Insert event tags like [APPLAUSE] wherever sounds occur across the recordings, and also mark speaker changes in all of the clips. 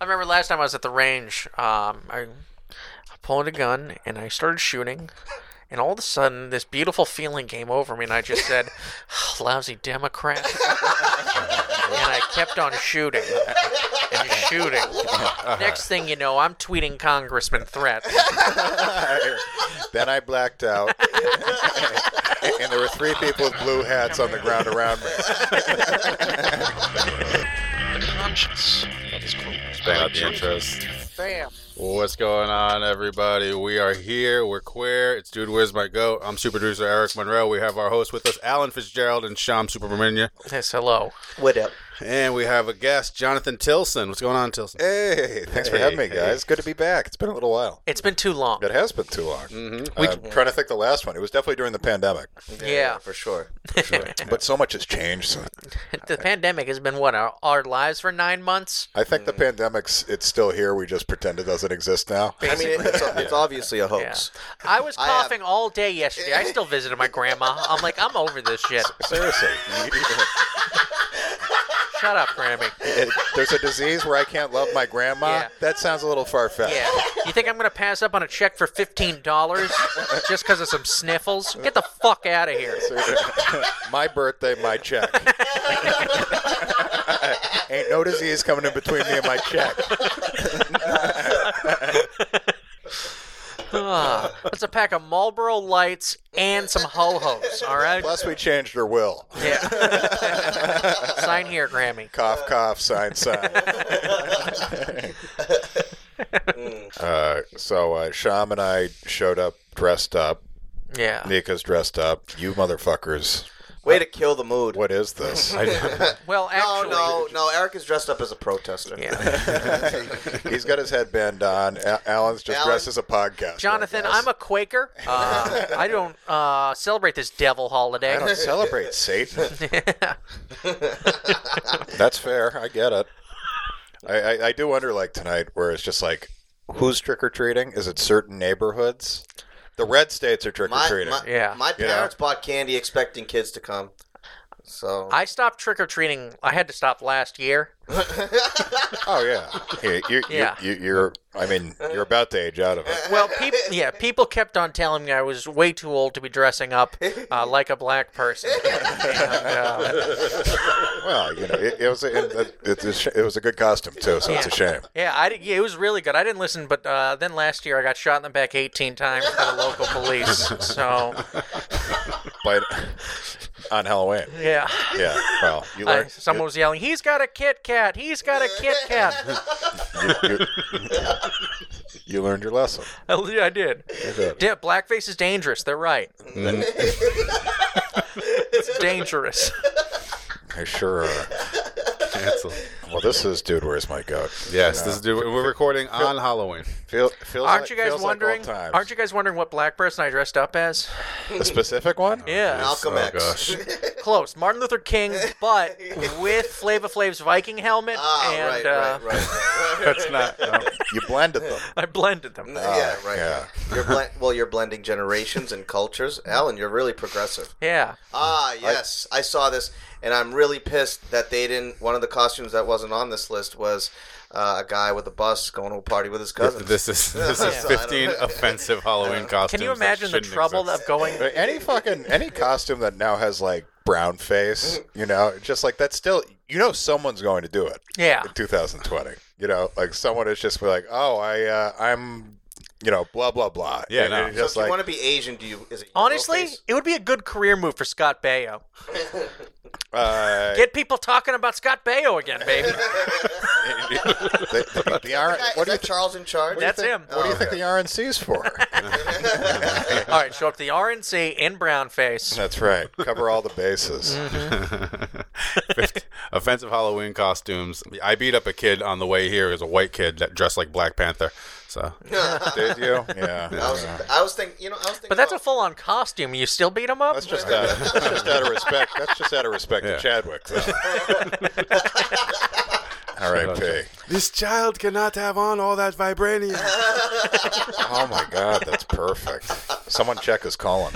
Speaker 1: I remember last time I was at the range. Um, I, I pulled a gun and I started shooting, and all of a sudden this beautiful feeling came over me, and I just said, "Oh, "Lousy Democrat," and I kept on shooting and shooting. Next thing you know, I'm tweeting Congressman threats.
Speaker 2: [LAUGHS] then I blacked out, [LAUGHS] and there were three people with blue hats on the ground around me.
Speaker 3: The conscience that is closed.
Speaker 4: Bang out the intros.
Speaker 1: Bam.
Speaker 4: What's going on, everybody? We are here. We're queer. It's Dude, Where's My Goat? I'm super producer Eric Monroe. We have our hosts with us, Alan Fitzgerald and Sham Supermania.
Speaker 1: Yes, hello.
Speaker 5: What up?
Speaker 4: And we have a guest, Jonathan Tilson. What's going on, Tilson?
Speaker 2: [LAUGHS] Hey, thanks for
Speaker 4: Hey,
Speaker 2: having me,
Speaker 4: hey.
Speaker 2: guys. Good to be back. It's been a little while.
Speaker 1: It's been too long.
Speaker 2: It has been too long.
Speaker 4: Mhm.
Speaker 2: I'm trying to think the last one. It was definitely during the pandemic,
Speaker 1: Yeah.
Speaker 5: for sure.
Speaker 2: but so much has changed. since-
Speaker 1: The pandemic has been what our, our lives for nine months.
Speaker 2: I think the pandemic's it's still here. We just pretend it doesn't exist now.
Speaker 5: I mean, it- it's, it's obviously a
Speaker 1: Yeah.
Speaker 5: hoax.
Speaker 1: I was
Speaker 5: I have-
Speaker 1: coughing all day yesterday. I still visited my grandma. I'm like, I'm over this shit.
Speaker 2: [LAUGHS] [LAUGHS] Seriously,
Speaker 1: Shut up, Grammy.
Speaker 2: It- there's a disease where I can't love my grandma.
Speaker 1: Yeah.
Speaker 2: That sounds a little far fetched.
Speaker 1: Yeah. You think I'm gonna pass up on a check for fifteen dollars just because of some sniffles? Get the fuck out of here.
Speaker 2: my birthday, my check. Ain't no disease coming in between me and my check.
Speaker 1: Ah, that's a pack of Marlboro Lights and some ho hos. All right.
Speaker 2: Plus, we changed her will. [LAUGHS]
Speaker 1: Yeah. Sign here, Grammy.
Speaker 2: Cough, cough, sign, sign. uh, so, uh, Sham and I showed up dressed up.
Speaker 1: Yeah.
Speaker 2: Nika's dressed up. You motherfuckers.
Speaker 5: Way to kill the mood.
Speaker 2: What is this?
Speaker 1: Well,
Speaker 5: No,
Speaker 1: actually.
Speaker 5: no, no. Eric is dressed up as a protester.
Speaker 1: Yeah.
Speaker 2: [LAUGHS] He's got his headband on. A- Alan's just
Speaker 5: Alan-
Speaker 2: dressed as a podcast.
Speaker 1: Jonathan, I'm a Quaker. Uh, I don't uh, celebrate this devil holiday. [LAUGHS]
Speaker 2: I don't celebrate Satan. That's fair. I get it. I, I, I do wonder, like tonight, where it's just like, who's trick or treating? Is it certain neighborhoods? The red states are trick or
Speaker 5: [LAUGHS] My,
Speaker 2: treating.
Speaker 5: my,
Speaker 1: Yeah.
Speaker 5: my
Speaker 2: You know?
Speaker 5: parents bought candy expecting kids to come. So
Speaker 1: I stopped trick or treating. I had to stop last year.
Speaker 2: Oh yeah, yeah. You're,
Speaker 1: Yeah.
Speaker 2: You're, you're. I mean, you're about to age out of it.
Speaker 1: Well, people, yeah, people kept on telling me I was way too old to be dressing up uh, like a black person. And, uh,
Speaker 2: Well, you know, it, it was a, it, it's a sh- it was a good costume too, so it's a shame.
Speaker 1: yeah, I, did- yeah, it was really good. I didn't listen, but uh, then last year I got shot in the back 18 times by the local police. So,
Speaker 2: But on Halloween,
Speaker 1: yeah.
Speaker 2: yeah. Well, you
Speaker 1: I,
Speaker 2: learn.
Speaker 1: someone was yelling, "He's got a Kit Kat! He's got a Kit
Speaker 2: [LAUGHS]
Speaker 1: Kat!"
Speaker 2: you, you, you learned your lesson.
Speaker 1: I, I did.
Speaker 2: You did.
Speaker 1: Yeah, blackface is dangerous. They're right.
Speaker 2: Mm-hmm.
Speaker 1: it's dangerous.
Speaker 2: I sure. are.
Speaker 4: Cancel.
Speaker 2: Well, this is dude. Where's my goat?
Speaker 4: Yes, this is dude. We're recording on Halloween.
Speaker 2: Feel, feels
Speaker 1: Aren't
Speaker 2: like-
Speaker 1: you guys
Speaker 2: feels like old
Speaker 1: wondering?
Speaker 2: times.
Speaker 1: aren't you guys wondering what black person I dressed up as?
Speaker 2: the
Speaker 1: [LAUGHS]
Speaker 2: specific one?
Speaker 1: Yeah.
Speaker 5: Malcolm
Speaker 4: Oh,
Speaker 5: X.
Speaker 1: Close. Martin Luther King, but with Flava Flav's Viking helmet,
Speaker 5: [LAUGHS] Ah,
Speaker 1: and
Speaker 5: right,
Speaker 1: uh,
Speaker 5: right, right, right.
Speaker 2: [LAUGHS]
Speaker 4: That's
Speaker 5: [LAUGHS]
Speaker 4: not. no.
Speaker 2: You blended them.
Speaker 1: [LAUGHS] I blended them.
Speaker 5: yeah, right.
Speaker 2: yeah.
Speaker 5: You're blend well, you're blending generations and cultures. Alan, you're really progressive.
Speaker 1: yeah.
Speaker 5: Ah, yes, I, saw this, and I'm really pissed that they didn't. One of the costumes that wasn't on this list was uh, a guy with a bus going to a party with his cousin.
Speaker 4: This is this
Speaker 5: Yeah.
Speaker 4: is 15
Speaker 5: I don't-
Speaker 4: offensive Halloween costumes.
Speaker 1: Can you
Speaker 4: that
Speaker 1: imagine the
Speaker 4: shouldn't
Speaker 1: trouble
Speaker 4: exist.
Speaker 1: of going?
Speaker 2: But Any fucking any costume that now has like brown face, you know, just like that's still you know someone's going to do it
Speaker 1: Yeah.
Speaker 2: in 2020. You know, like someone is just like, oh, I uh, I'm, you know, blah blah blah.
Speaker 4: Yeah,
Speaker 2: And
Speaker 4: no.
Speaker 2: it's
Speaker 5: So
Speaker 2: just
Speaker 5: if you
Speaker 2: like
Speaker 5: want to be Asian, do you? Is it yellow
Speaker 1: Honestly,
Speaker 5: face?
Speaker 1: it would be a good career move for Scott Baio.
Speaker 5: [LAUGHS]
Speaker 2: uh,
Speaker 1: Get people talking about Scott Baio again, baby.
Speaker 2: the, the, the R-
Speaker 5: Guy,
Speaker 2: what
Speaker 5: is
Speaker 2: do you
Speaker 5: that Charles in charge?
Speaker 1: That's him.
Speaker 2: What do you think the RNC's
Speaker 5: [LAUGHS]
Speaker 2: for?
Speaker 1: All right, show up to the RNC in brown face.
Speaker 2: That's right. Cover all the bases.
Speaker 1: Mm.
Speaker 4: offensive Halloween costumes. I beat up a kid on the way here. It was a white kid that dressed like Black Panther. So
Speaker 2: Did you?
Speaker 5: [LAUGHS]
Speaker 2: Yeah.
Speaker 5: I was, I was thinking, you know, I was thinking.
Speaker 1: But that's a
Speaker 5: about-
Speaker 1: full-on costume. You still beat him up?
Speaker 2: That's just out of, that's just out of respect. That's just out of respect
Speaker 4: Yeah.
Speaker 2: to Chadwick. though.
Speaker 4: [LAUGHS]
Speaker 2: R.I.P.
Speaker 4: this child cannot have on all that [LAUGHS] vibranium.
Speaker 2: Oh my God, that's perfect. Someone check his calling.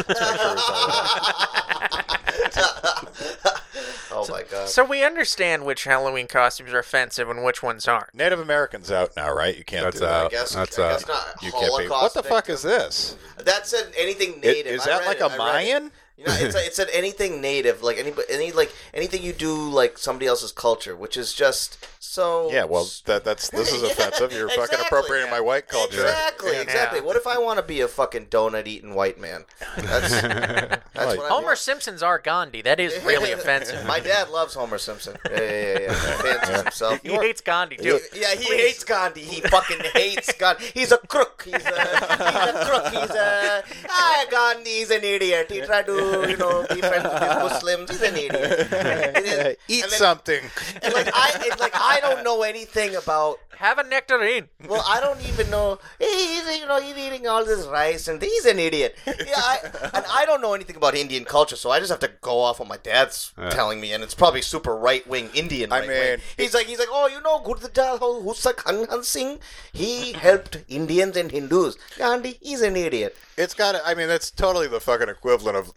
Speaker 5: Oh my god.
Speaker 1: So we understand which Halloween costumes are offensive and which ones aren't.
Speaker 2: Native Americans out now, right? You can't
Speaker 4: That's
Speaker 2: do that.
Speaker 4: out.
Speaker 5: guess
Speaker 4: That's,
Speaker 5: I
Speaker 4: uh,
Speaker 5: guess not.
Speaker 2: You can't be. What
Speaker 5: Holocaust
Speaker 2: the fuck
Speaker 5: victim.
Speaker 2: is this?
Speaker 5: That said, anything
Speaker 2: It-
Speaker 5: native.
Speaker 2: Is
Speaker 5: I
Speaker 2: that
Speaker 5: read
Speaker 2: like
Speaker 5: it, I read
Speaker 2: a
Speaker 5: it.
Speaker 2: Mayan?
Speaker 5: You know, it's a, it said anything native, like any any like anything you do like somebody else's culture, which is just so.
Speaker 2: Yeah, well, that, that's this is offensive. You're fucking
Speaker 5: Exactly.
Speaker 2: appropriating my white culture.
Speaker 5: Exactly,
Speaker 1: Yeah.
Speaker 5: exactly. What if I want to be a fucking donut eating white man?
Speaker 2: [LAUGHS]
Speaker 5: That's, that's
Speaker 2: Like-
Speaker 5: what I
Speaker 1: Homer
Speaker 5: want.
Speaker 1: Simpson's our Gandhi. That is
Speaker 5: [LAUGHS]
Speaker 1: really offensive.
Speaker 5: My dad loves Homer Simpson. Yeah, yeah, yeah. yeah. Fancies himself.
Speaker 1: He hates Gandhi too.
Speaker 5: Yeah, he hates Gandhi. He fucking hates Gandhi. He's a crook. He's a, he's a crook. He's a ah, Gandhi's an idiot. He tried to you know be friends with his Muslims. He's an idiot. It is-
Speaker 2: Eat
Speaker 5: and then-
Speaker 2: something.
Speaker 5: And like I, it's like I don't know anything about.
Speaker 1: Have a nectarine.
Speaker 5: Well, I don't even know. Hey, He's you know he's eating all this rice and he's an idiot. Yeah, I, and I don't know anything about Indian culture, so I just have to go off what my dad's telling me, and it's probably super right wing Indian.
Speaker 2: I
Speaker 5: right-wing.
Speaker 2: mean-
Speaker 5: he's like he's like oh you know Gurdjieff Husa Khan Singh, he helped Indians and Hindus. Gandhi, he's an idiot.
Speaker 2: It's got. to I mean, that's totally the fucking equivalent of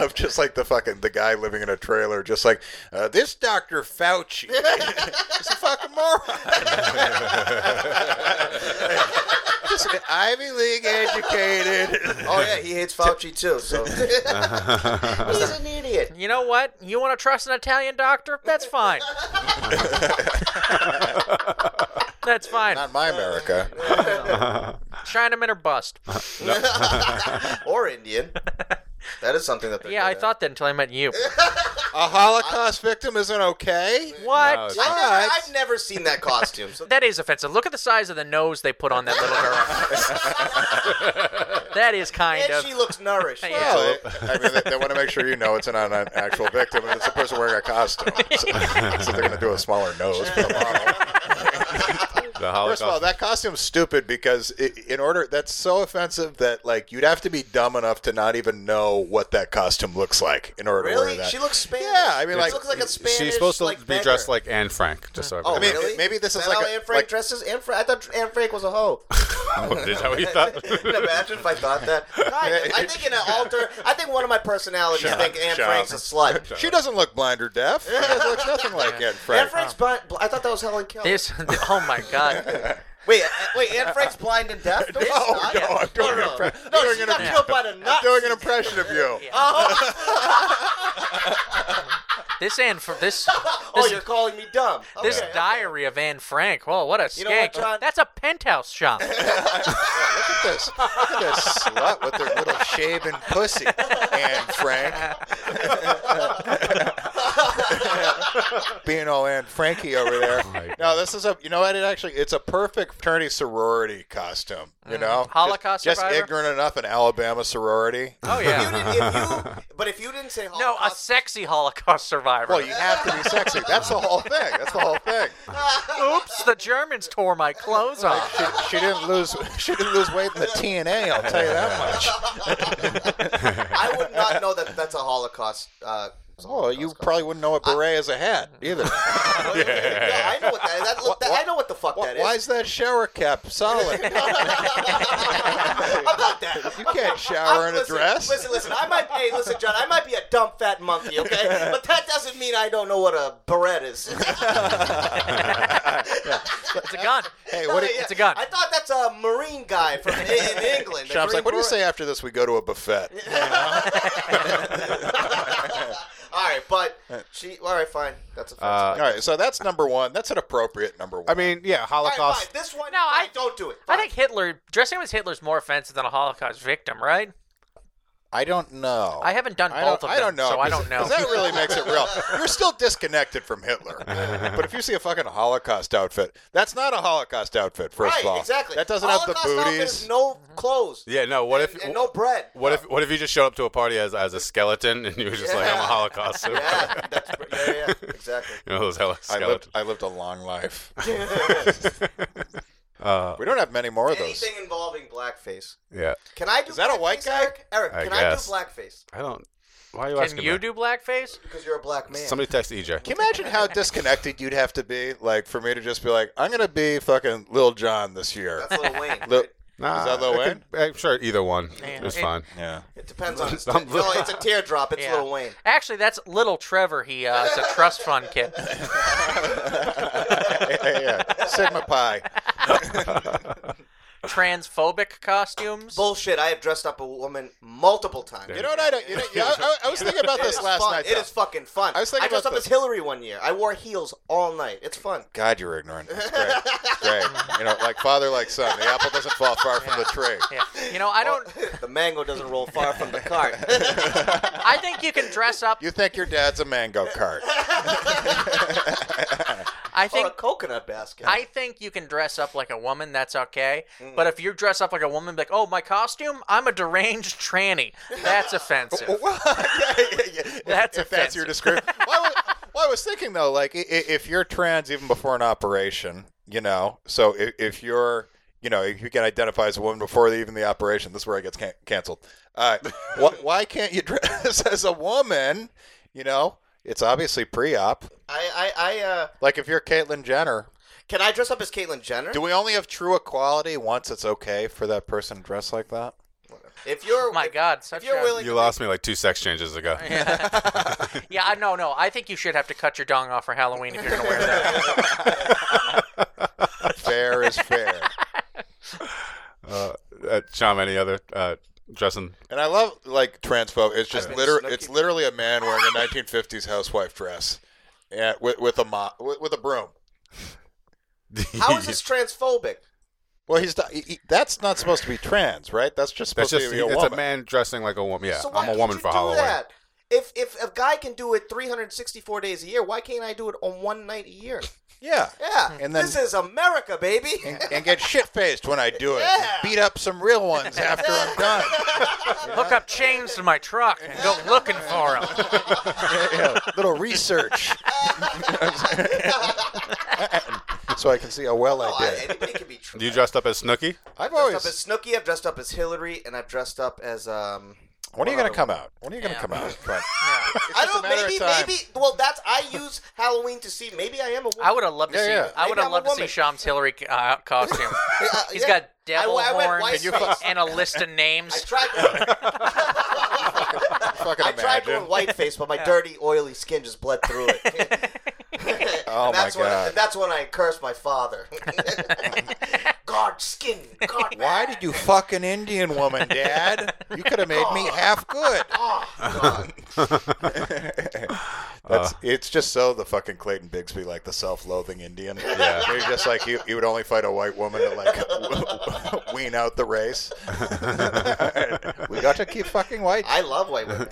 Speaker 2: [LAUGHS] of just like the fucking the guy living in a trailer, just like uh, this Doctor Fauci. He's a fucking moron. [LAUGHS] just an Ivy League educated.
Speaker 5: Oh yeah, he hates Fauci too. So [LAUGHS] he's an idiot.
Speaker 1: You know what? You want to trust an Italian doctor? That's fine. That's fine.
Speaker 2: Not my America.
Speaker 1: Chinaman or bust.
Speaker 5: or Indian. That is something that. they're
Speaker 1: Yeah,
Speaker 5: good
Speaker 1: I
Speaker 5: at.
Speaker 1: thought that until I met you.
Speaker 2: A Holocaust victim isn't okay.
Speaker 4: No,
Speaker 1: What?
Speaker 4: it's-
Speaker 5: I never, I've never seen that costume. So
Speaker 1: That is offensive. Look at the size of the nose they put on that
Speaker 5: [LAUGHS]
Speaker 1: little girl. that is [LAUGHS] kind
Speaker 5: and
Speaker 1: of.
Speaker 5: she looks nourished.
Speaker 1: [LAUGHS] Yeah.
Speaker 2: Well, I mean, they, they want to make sure you know it's not an actual victim, and it's a person wearing a costume. [LAUGHS] So, so they're going to do a smaller nose for the model.
Speaker 4: The
Speaker 2: First
Speaker 4: Holocaust.
Speaker 2: of all, that costume's stupid because i in order that's so offensive that like you'd have to be dumb enough to not even know what that costume looks like in order to
Speaker 5: Really?
Speaker 2: wear that.
Speaker 5: She looks Spanish.
Speaker 2: Yeah, I mean,
Speaker 5: She
Speaker 2: like,
Speaker 5: looks like a Spanish.
Speaker 4: She's supposed to
Speaker 5: like,
Speaker 4: be
Speaker 5: beggar.
Speaker 4: dressed like Anne Frank. Just so
Speaker 5: Oh,
Speaker 4: everybody knows.
Speaker 5: really?
Speaker 2: maybe this is
Speaker 5: that
Speaker 2: like
Speaker 5: how
Speaker 2: a-
Speaker 5: Anne Frank
Speaker 2: like-
Speaker 5: dresses. Anne Frank. I thought Anne Frank was a [LAUGHS] hoe.
Speaker 4: Oh, is that what you thought? [LAUGHS]
Speaker 5: Can you imagine if I thought [LAUGHS] that. I, I think in an alter. I think one of my personalities
Speaker 2: Shut
Speaker 5: think
Speaker 2: up,
Speaker 5: Anne
Speaker 2: shut
Speaker 5: Frank's a
Speaker 2: up.
Speaker 5: slut.
Speaker 2: she doesn't look blind or deaf. She looks nothing
Speaker 5: [LAUGHS]
Speaker 2: like Anne Frank.
Speaker 5: Anne Frank's blind. I thought that was Helen Keller.
Speaker 1: This, oh my god.
Speaker 5: Wait, uh, wait. Anne [LAUGHS] Frank's blind and deaf. No, she's
Speaker 2: no,
Speaker 5: not.
Speaker 2: no, I'm doing
Speaker 5: no,
Speaker 2: an
Speaker 5: no.
Speaker 2: impre-
Speaker 5: No,
Speaker 2: doing
Speaker 5: she
Speaker 2: an
Speaker 5: got
Speaker 2: impre-
Speaker 5: killed by the
Speaker 2: I'm
Speaker 5: Nazis.
Speaker 2: doing an impression of you.
Speaker 1: This and for this.
Speaker 5: [LAUGHS] Oh,
Speaker 1: This-
Speaker 5: you're calling me dumb.
Speaker 1: This
Speaker 5: Okay.
Speaker 1: diary of Anne Frank. Whoa, what a
Speaker 5: You know what,
Speaker 1: skank.
Speaker 5: John?
Speaker 1: That's a penthouse shop.
Speaker 2: Look at this. Look at this slut with her little shaven pussy, Anne Frank. Being all Anne Frankie over there. No, this is a, you know what? It actually, it's a perfect fraternity sorority costume, you know?
Speaker 1: Mm. Holocaust
Speaker 2: Just, just
Speaker 1: survivor?
Speaker 2: ignorant enough in Alabama sorority.
Speaker 1: Oh,
Speaker 5: You
Speaker 1: yeah.
Speaker 5: didn't, if [LAUGHS] you, but if you didn't say
Speaker 1: No, a
Speaker 5: Holocaust,
Speaker 1: sexy Holocaust survivor.
Speaker 2: Well, you have to be sexy. That's the whole thing. That's the whole thing.
Speaker 1: Oops, the Germans tore my clothes off.
Speaker 2: She, she didn't lose. She didn't lose weight in the TNA. I'll tell you that much.
Speaker 5: I would [LAUGHS] not know that that's a Holocaust. Uh,
Speaker 2: Oh, you probably wouldn't know what beret is a hat either.
Speaker 5: yeah, I know what that is. That, look, that, I know what the fuck
Speaker 2: Why,
Speaker 5: that is.
Speaker 2: why is that shower cap solid?
Speaker 5: About that.
Speaker 2: you can't shower
Speaker 5: I'm-
Speaker 2: in a
Speaker 5: listen,
Speaker 2: dress.
Speaker 5: Listen, listen. I might. Hey, listen, John. I might be a dumb fat monkey, okay? But that doesn't mean I don't know what a
Speaker 2: [LAUGHS]
Speaker 5: beret is.
Speaker 1: It's a gun.
Speaker 2: [LAUGHS] Hey, what? Do you,
Speaker 5: Yeah,
Speaker 1: It's a gun.
Speaker 5: I thought that's a marine guy from in,
Speaker 2: [LAUGHS]
Speaker 5: in England. a
Speaker 2: Shop's
Speaker 5: green
Speaker 2: like, what do you
Speaker 5: beret.
Speaker 2: say after this? We go to a buffet.
Speaker 5: All right, but she. All right, fine. That's offensive.
Speaker 4: Uh,
Speaker 2: All right, so that's number one. That's an appropriate number one.
Speaker 4: I mean, yeah,
Speaker 5: all right, fine.
Speaker 4: Holocaust.
Speaker 5: This one.
Speaker 1: No,
Speaker 5: fine,
Speaker 1: I-
Speaker 5: don't do it.
Speaker 1: I
Speaker 5: Fine.
Speaker 1: think Hitler dressing up as Hitler's more offensive than a Holocaust victim, right?
Speaker 2: I don't know.
Speaker 1: I haven't done
Speaker 2: I
Speaker 1: both
Speaker 2: don't,
Speaker 1: of them,
Speaker 2: I don't know.
Speaker 1: so I
Speaker 2: 'cause-
Speaker 1: don't know.
Speaker 2: 'cause That really makes it real. You're still disconnected from
Speaker 4: [LAUGHS]
Speaker 2: Hitler. but if you see a fucking Holocaust outfit, that's not a Holocaust outfit. First
Speaker 5: right,
Speaker 2: of all,
Speaker 5: exactly.
Speaker 2: That doesn't
Speaker 5: Holocaust
Speaker 2: have the
Speaker 5: outfit
Speaker 2: booties.
Speaker 5: is No clothes.
Speaker 4: yeah, no. What if?
Speaker 5: and, and
Speaker 2: [LAUGHS]
Speaker 5: no bread.
Speaker 4: What if? What if you just showed up to a party as, as a skeleton and you were just like, I'm a Holocaust. survivor."
Speaker 5: Yeah, that's, yeah, yeah,
Speaker 2: [LAUGHS]
Speaker 5: exactly.
Speaker 4: you know those hella
Speaker 2: I lived.
Speaker 4: skeletons.
Speaker 2: I lived a long life.
Speaker 4: Uh,
Speaker 2: We don't have many more of those.
Speaker 5: Anything involving blackface.
Speaker 4: yeah.
Speaker 5: Can I do?
Speaker 2: Is that a white
Speaker 5: blackface,
Speaker 2: guy?
Speaker 5: Eric, Eric
Speaker 4: I
Speaker 5: can
Speaker 4: guess.
Speaker 5: I do blackface?
Speaker 4: I don't. Why are you
Speaker 1: Can
Speaker 4: asking?
Speaker 1: you
Speaker 4: that?
Speaker 1: do blackface?
Speaker 5: Because you're a black man.
Speaker 4: Somebody text E EJ.
Speaker 2: Can you imagine how disconnected you'd have to be, like, for me to just be like, I'm gonna be fucking Lil John this year. [LAUGHS]
Speaker 5: That's Lil Wayne.
Speaker 2: Lil,
Speaker 4: Nah,
Speaker 2: Is that Lil
Speaker 4: I
Speaker 2: Wayne?
Speaker 4: could- I'm sure either one
Speaker 1: Yeah.
Speaker 4: is
Speaker 1: It-
Speaker 4: fine.
Speaker 2: [LAUGHS] Yeah.
Speaker 5: It depends on.
Speaker 4: Some-
Speaker 2: [LAUGHS]
Speaker 5: no, it's a teardrop. It's
Speaker 1: Yeah.
Speaker 5: Lil Wayne.
Speaker 1: Actually, that's little Trevor. He uh, is a trust fund
Speaker 2: [LAUGHS]
Speaker 1: kid.
Speaker 2: yeah, yeah, yeah. Sigma Pi.
Speaker 1: Transphobic costumes.
Speaker 5: Bullshit. I have dressed up a woman multiple times.
Speaker 2: You know what I don't? You know, yeah, I, I was thinking about
Speaker 5: It
Speaker 2: this
Speaker 5: is
Speaker 2: last
Speaker 5: fun.
Speaker 2: night.
Speaker 5: It
Speaker 2: though.
Speaker 5: is fucking fun.
Speaker 2: I was thinking
Speaker 5: I dressed
Speaker 2: about
Speaker 5: up as
Speaker 2: this.
Speaker 5: Hillary one year. I wore heels all night. It's fun.
Speaker 2: God, you're ignorant. It's great. It's great. You know, like father, like son. The apple doesn't fall far from the tree.
Speaker 1: Yeah. You know, I don't.
Speaker 5: [LAUGHS] the mango doesn't roll far from the
Speaker 2: [LAUGHS]
Speaker 5: cart.
Speaker 1: I think you can dress up.
Speaker 2: You think your dad's a mango cart?
Speaker 1: I
Speaker 5: or a
Speaker 1: think
Speaker 5: coconut basket.
Speaker 1: I think you can dress up like a woman. That's okay.
Speaker 2: Mm.
Speaker 1: But if you dress up like a woman, be like, oh, my costume, I'm a deranged tranny.
Speaker 2: [LAUGHS]
Speaker 1: That's offensive.
Speaker 2: Well, yeah, yeah, yeah.
Speaker 1: That's
Speaker 2: if, if that's your description. well, I was, well, I was thinking though, like i- i- if you're trans even before an operation, you know. So if, if you're, you know, if you can identify as a woman before the, even the operation, this is where it gets can- canceled. Uh, [LAUGHS] why, why can't you dress [LAUGHS] as a woman? You know, it's obviously pre-op.
Speaker 5: I, I, I uh,
Speaker 2: Like if you're Caitlyn Jenner,
Speaker 5: can I dress up as Caitlyn Jenner?
Speaker 2: do we only have true equality once it's okay for that person to dress like that?
Speaker 5: if you're,
Speaker 1: Oh my
Speaker 5: if,
Speaker 1: God, such
Speaker 5: if you're
Speaker 1: a.
Speaker 5: willing,
Speaker 4: You lost me like two sex changes ago.
Speaker 1: yeah, I- no, no. I think you should have to cut your dong off for Halloween if you're gonna wear
Speaker 5: [LAUGHS]
Speaker 1: that.
Speaker 2: Fair is fair.
Speaker 4: Uh, uh, Sean, any other uh, dressing?
Speaker 2: And I love like transphobe. It's just
Speaker 5: I've been
Speaker 2: liter-
Speaker 5: snooky.
Speaker 2: It's literally a man wearing a 1950s housewife dress, yeah, with, with a mo- with, with a broom.
Speaker 5: how
Speaker 2: [LAUGHS]
Speaker 5: is this transphobic?
Speaker 2: Well, he's not, he, he- that's not supposed to be trans, right? That's just
Speaker 4: That's
Speaker 2: supposed
Speaker 4: just
Speaker 2: to be a
Speaker 4: it's
Speaker 2: woman.
Speaker 4: a man dressing like a woman. Yeah,
Speaker 5: so why
Speaker 4: I'm a
Speaker 5: can't
Speaker 4: woman
Speaker 5: you
Speaker 4: for
Speaker 5: do
Speaker 4: Halloween.
Speaker 5: That? If if a guy can do it 364 days a year, why can't I do it on one night a year?
Speaker 2: Yeah,
Speaker 5: Yeah,
Speaker 2: And then-
Speaker 5: this is America, baby.
Speaker 2: [LAUGHS]
Speaker 5: [LAUGHS]
Speaker 2: and, and get shit faced when I do it.
Speaker 5: Yeah.
Speaker 2: Beat up some real ones after [LAUGHS] I'm done.
Speaker 1: Hook up chains to my truck and go looking for them.
Speaker 2: Yeah, little research,
Speaker 4: [LAUGHS]
Speaker 2: so I can see how well
Speaker 5: No,
Speaker 2: I
Speaker 5: I,
Speaker 2: did.
Speaker 5: anybody can be trans.
Speaker 4: You dressed up as Snooky?
Speaker 2: I've
Speaker 5: dressed
Speaker 2: always.
Speaker 5: up as Snooki. I've dressed up as Hillary, and I've dressed up as um.
Speaker 2: when are you gonna
Speaker 5: Well,
Speaker 2: come out? When are you gonna
Speaker 1: Yeah.
Speaker 2: come out? But
Speaker 5: I
Speaker 2: just a
Speaker 5: don't.
Speaker 2: matter of
Speaker 5: Maybe,
Speaker 2: time.
Speaker 5: maybe. Well, that's. I use Halloween to see. Maybe I am a woman.
Speaker 1: I would have loved to
Speaker 2: Yeah,
Speaker 1: see.
Speaker 2: yeah.
Speaker 1: I would
Speaker 5: Maybe I'm
Speaker 1: have loved
Speaker 5: a
Speaker 1: to see
Speaker 5: woman.
Speaker 1: Shams Hillary uh, costume.
Speaker 5: Uh,
Speaker 1: He's
Speaker 5: [LAUGHS] yeah.
Speaker 1: got
Speaker 5: I-
Speaker 1: devil
Speaker 5: I went
Speaker 1: horns
Speaker 5: white-face.
Speaker 1: and a list of
Speaker 5: I
Speaker 1: names.
Speaker 5: tried. To,
Speaker 4: [LAUGHS]
Speaker 2: fucking
Speaker 5: I tried
Speaker 2: imagine.
Speaker 5: going whiteface, but my dirty, oily skin just bled through
Speaker 4: [LAUGHS]
Speaker 5: it.
Speaker 2: oh my
Speaker 5: that's when I,
Speaker 2: god!
Speaker 5: that's when I cursed
Speaker 1: [LAUGHS]
Speaker 5: my father. God skin. God.
Speaker 2: Why did you fuck an Indian woman, Dad? You could have made me half good.
Speaker 5: [LAUGHS] Oh,
Speaker 2: [LAUGHS]
Speaker 5: God.
Speaker 2: That's it's just so the fucking Clayton Bigsby, like the self-loathing Indian.
Speaker 4: Yeah.
Speaker 2: Where he's just like he, he would only fight a white woman to like [LAUGHS] wean out the race. we got to keep fucking white.
Speaker 5: I love white
Speaker 1: [LAUGHS]
Speaker 5: women.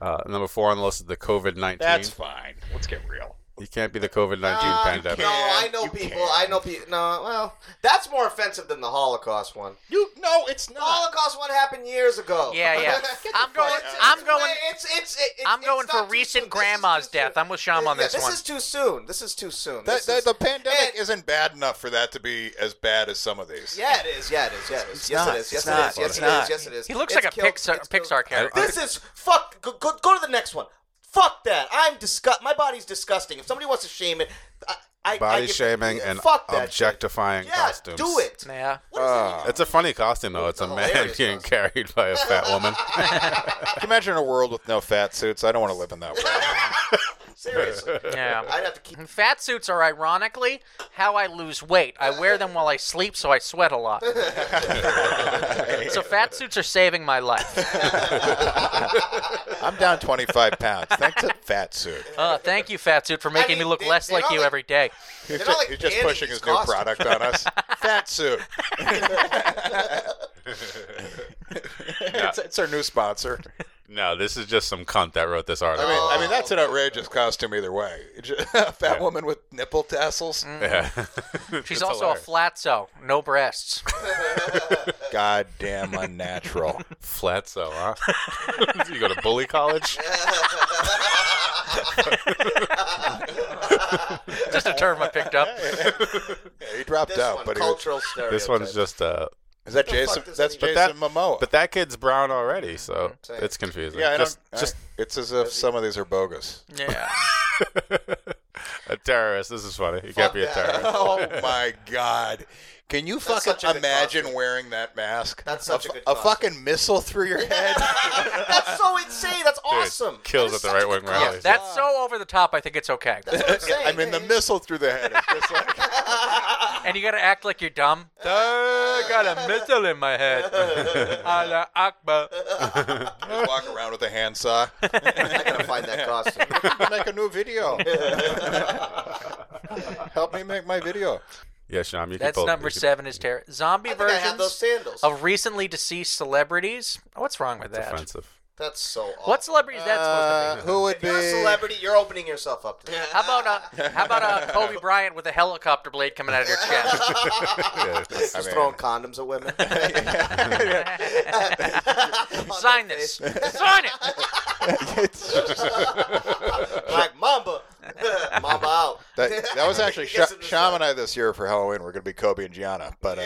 Speaker 4: Uh, number four on the list is the COVID nineteen.
Speaker 2: That's fine.
Speaker 3: Let's get real.
Speaker 4: You can't be the COVID nineteen
Speaker 5: Uh,
Speaker 4: pandemic.
Speaker 5: no, I know
Speaker 2: You
Speaker 5: people.
Speaker 2: can.
Speaker 5: I know people. No, well, that's more offensive than the Holocaust one.
Speaker 2: You no, it's
Speaker 5: The Holocaust one happened years ago.
Speaker 1: Yeah, yeah.
Speaker 5: [LAUGHS] Get
Speaker 1: I'm
Speaker 5: the
Speaker 1: going-
Speaker 5: fuck out.
Speaker 1: I'm going-
Speaker 5: It's it's. it- it-
Speaker 1: I'm
Speaker 5: it's
Speaker 1: going for
Speaker 5: not too
Speaker 1: recent
Speaker 5: soon. This is
Speaker 1: grandma's
Speaker 5: too
Speaker 1: death.
Speaker 5: soon.
Speaker 1: I'm with Sham on
Speaker 5: Yeah,
Speaker 1: this one.
Speaker 5: is too soon. This is too soon.
Speaker 2: That,
Speaker 5: This
Speaker 2: that-
Speaker 5: is-
Speaker 2: the pandemic
Speaker 5: And-
Speaker 2: isn't bad enough for that to be as bad as some of these.
Speaker 5: yeah, it is. Yeah, it is. Yeah, it is.
Speaker 2: It's
Speaker 5: Yes,
Speaker 2: not.
Speaker 5: it is.
Speaker 2: It's
Speaker 5: Yes,
Speaker 2: not.
Speaker 5: it is. Yes,
Speaker 2: It's
Speaker 5: it
Speaker 2: not.
Speaker 5: is. Yes, it is.
Speaker 1: He looks
Speaker 5: It's
Speaker 1: like a
Speaker 5: killed-
Speaker 1: Pixar,
Speaker 5: it's killed-
Speaker 1: Pixar character.
Speaker 5: This is fuck. Go, go, go to the next one. Fuck that. I'm disgust. My body's disgusting. If somebody wants to shame it, I, I I
Speaker 4: Body
Speaker 5: give-
Speaker 4: shaming and
Speaker 5: fuck that shit.
Speaker 4: objectifying
Speaker 5: Yeah,
Speaker 4: costumes. Uh, Ah.
Speaker 5: do it.
Speaker 1: Yeah.
Speaker 5: What is it?
Speaker 4: It's a funny costume though. It's,
Speaker 5: It's
Speaker 4: a
Speaker 5: a
Speaker 4: man
Speaker 5: hilarious
Speaker 4: being
Speaker 5: costume.
Speaker 4: carried by a fat
Speaker 5: [LAUGHS]
Speaker 4: woman. [LAUGHS]
Speaker 2: Can you imagine a world with no fat suits? I don't want to live in
Speaker 5: [LAUGHS]
Speaker 2: that world.
Speaker 5: Seriously,
Speaker 1: Yeah.
Speaker 5: [LAUGHS] I'd have
Speaker 4: [LAUGHS]
Speaker 5: to keep.
Speaker 1: Fat suits are ironically how I lose weight. I wear them while I sleep, so I sweat a
Speaker 5: [LAUGHS]
Speaker 1: lot. so fat suits are saving my life.
Speaker 2: I'm down 25 pounds. Thanks to fat suit.
Speaker 1: Uh, thank you, fat suit, for making
Speaker 5: mean,
Speaker 1: me look
Speaker 5: they-
Speaker 1: less
Speaker 5: they
Speaker 1: like
Speaker 5: don't
Speaker 1: you
Speaker 5: like-
Speaker 1: every day.
Speaker 2: He's
Speaker 5: They're
Speaker 2: just,
Speaker 5: not like
Speaker 2: he's just
Speaker 5: panties,
Speaker 2: pushing his new
Speaker 5: costume.
Speaker 2: product on us. Fat suit. it's, it's our new sponsor.
Speaker 4: no, this is just some cunt that wrote this
Speaker 2: I
Speaker 4: article.
Speaker 2: mean, I mean that's an outrageous costume either way. [LAUGHS] Ju- A fat woman with nipple tassels.
Speaker 4: Mm.
Speaker 5: [LAUGHS]
Speaker 4: Yeah.
Speaker 1: She's
Speaker 4: It's
Speaker 1: also
Speaker 4: hilarious.
Speaker 1: a flatso, no breasts.
Speaker 2: Goddamn unnatural.
Speaker 4: Flatso,
Speaker 5: [LAUGHS]
Speaker 4: huh? [LAUGHS] you go to bully college?
Speaker 1: Just a term I picked up.
Speaker 2: Yeah, he dropped
Speaker 5: This
Speaker 2: out,
Speaker 5: one,
Speaker 2: but he was,
Speaker 5: cultural
Speaker 4: [LAUGHS]
Speaker 5: stereotype.
Speaker 4: This one's just uh
Speaker 2: is that Jason?
Speaker 5: does
Speaker 2: That's
Speaker 5: that mean?
Speaker 2: Jason Momoa.
Speaker 4: but that kid's brown already, so
Speaker 5: Mm-hmm.
Speaker 4: it's confusing.
Speaker 2: yeah, I
Speaker 4: just
Speaker 2: don't,
Speaker 4: just
Speaker 2: I- it's as if some of these are bogus.
Speaker 1: Yeah.
Speaker 4: [LAUGHS] a terrorist. This is funny. You
Speaker 5: Fuck
Speaker 4: can't be a
Speaker 5: that.
Speaker 4: terrorist.
Speaker 5: [LAUGHS]
Speaker 2: [LAUGHS] oh my god. Can you
Speaker 5: such a
Speaker 2: fucking
Speaker 5: good
Speaker 2: imagine
Speaker 5: costume.
Speaker 2: wearing that mask?
Speaker 5: That's such a
Speaker 2: fu-
Speaker 5: good
Speaker 2: a
Speaker 5: costume.
Speaker 2: fucking missile through [LAUGHS] your head.
Speaker 5: [LAUGHS] That's so insane. That's
Speaker 4: Dude,
Speaker 5: awesome.
Speaker 4: kills
Speaker 5: That is
Speaker 4: at the
Speaker 5: such
Speaker 4: right
Speaker 5: a
Speaker 4: wing
Speaker 5: good
Speaker 1: Yeah,
Speaker 4: rallies.
Speaker 1: that's so over the top. I think it's okay.
Speaker 5: That's what I'm
Speaker 4: [LAUGHS]
Speaker 2: [LAUGHS]
Speaker 5: saying.
Speaker 2: I mean, the missile through the head. It's just [LAUGHS] like,
Speaker 1: And you gotta act like you're dumb. I got a missile in my
Speaker 5: [LAUGHS]
Speaker 1: head. Allah Akbar.
Speaker 2: [LAUGHS] just walk around with a handsaw.
Speaker 5: I gotta find
Speaker 1: [LAUGHS]
Speaker 5: that costume.
Speaker 2: [LAUGHS] make a new [LAUGHS] video. Help me make my video.
Speaker 4: Yeah, Sham, you can
Speaker 1: That's
Speaker 4: pull
Speaker 1: number
Speaker 4: you can-
Speaker 1: seven is terror. Zombie
Speaker 5: I think I have those
Speaker 1: versions
Speaker 5: sandals.
Speaker 1: of recently deceased celebrities. What's wrong with that?
Speaker 4: Offensive.
Speaker 5: That's so awesome.
Speaker 1: What celebrity is that supposed to be?
Speaker 2: Uh, who would
Speaker 5: If you're a celebrity, you're opening yourself up to that.
Speaker 1: How about a how about a Kobe Bryant with a helicopter blade coming out of your
Speaker 5: [LAUGHS]
Speaker 1: chest?
Speaker 4: Yeah.
Speaker 5: Just throwing condoms
Speaker 2: [LAUGHS]
Speaker 5: at women.
Speaker 1: Sign this. Sign it.
Speaker 5: [LAUGHS] Like
Speaker 1: [LAUGHS]
Speaker 5: Mamba. Mamba out.
Speaker 2: That, that [LAUGHS] was
Speaker 5: [LAUGHS]
Speaker 2: actually Sha
Speaker 5: Yes, it was
Speaker 2: Sham and I this year for Halloween. We're going to be Kobe and Gianna, but uh,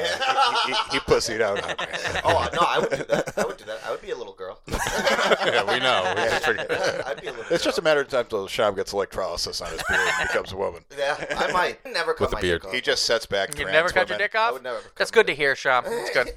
Speaker 2: he, he, he pussied out on [LAUGHS] me.
Speaker 5: Oh no, I would do that. I would do that. I would be a
Speaker 2: [LAUGHS]
Speaker 5: little girl.
Speaker 4: yeah, we know. We just forget.
Speaker 5: [LAUGHS] I'd be a little.
Speaker 2: It's
Speaker 5: girl.
Speaker 2: just a matter of time until Sham gets electrolysis on his beard and becomes a woman.
Speaker 5: Yeah, I
Speaker 2: [LAUGHS]
Speaker 5: might never cut
Speaker 4: With a
Speaker 5: my
Speaker 4: beard.
Speaker 5: dick off.
Speaker 2: He just sets back.
Speaker 1: You
Speaker 2: trans
Speaker 1: never cut your
Speaker 2: women.
Speaker 1: dick off.
Speaker 5: I would never
Speaker 1: That's
Speaker 5: cut
Speaker 1: good to hear, Sean. It's good.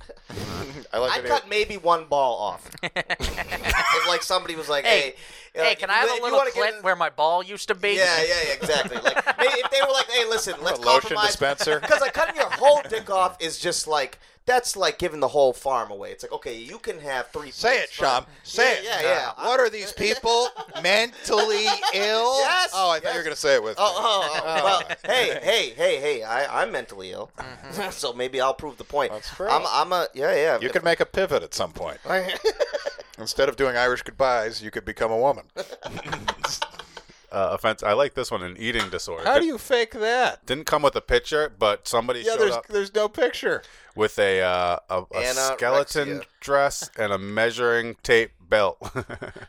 Speaker 2: I like
Speaker 5: I
Speaker 2: it.
Speaker 5: cut maybe one
Speaker 1: [LAUGHS]
Speaker 5: ball off. if like somebody was like, "Hey,
Speaker 1: Hey,
Speaker 5: you know,
Speaker 1: hey, can I
Speaker 5: Uh,
Speaker 1: have
Speaker 5: if you
Speaker 1: a little
Speaker 5: wanna get
Speaker 1: clip
Speaker 5: in-
Speaker 1: where my ball used to be?
Speaker 5: Yeah, yeah, yeah, exactly.
Speaker 1: [LAUGHS]
Speaker 5: Like maybe if they were like, "Hey, listen, let's
Speaker 2: lotion [LAUGHS]
Speaker 5: compromise,"
Speaker 2: dispenser?
Speaker 5: because like cutting your whole dick off is just like that's like giving the whole farm away. It's like okay, you can have three.
Speaker 2: Say it, [LAUGHS]
Speaker 5: plates,
Speaker 2: Sham.
Speaker 5: but-
Speaker 2: Say
Speaker 5: yeah,
Speaker 2: it.
Speaker 5: Yeah, yeah.
Speaker 2: What are these [LAUGHS] people mentally ill?
Speaker 5: Yes,
Speaker 2: Oh, I thought
Speaker 5: yes.
Speaker 2: you were going to say it with.
Speaker 5: Oh, oh, oh, well, hey, hey, hey, hey! I, I'm mentally ill, [LAUGHS] so maybe I'll prove the point.
Speaker 2: That's true.
Speaker 5: I'm, I'm a yeah, yeah.
Speaker 2: You could make a pivot at some [LAUGHS] point. Instead of doing Irish goodbyes, you could become a woman.
Speaker 4: Uh, offense. I like this one. An eating disorder.
Speaker 2: How do you fake that?
Speaker 4: Didn't come with a picture, but somebody
Speaker 2: Yeah,
Speaker 4: showed
Speaker 2: there's
Speaker 4: up
Speaker 2: there's no picture.
Speaker 4: with a uh, a, a
Speaker 5: Anorexia.
Speaker 4: skeleton dress and a measuring tape belt. [LAUGHS]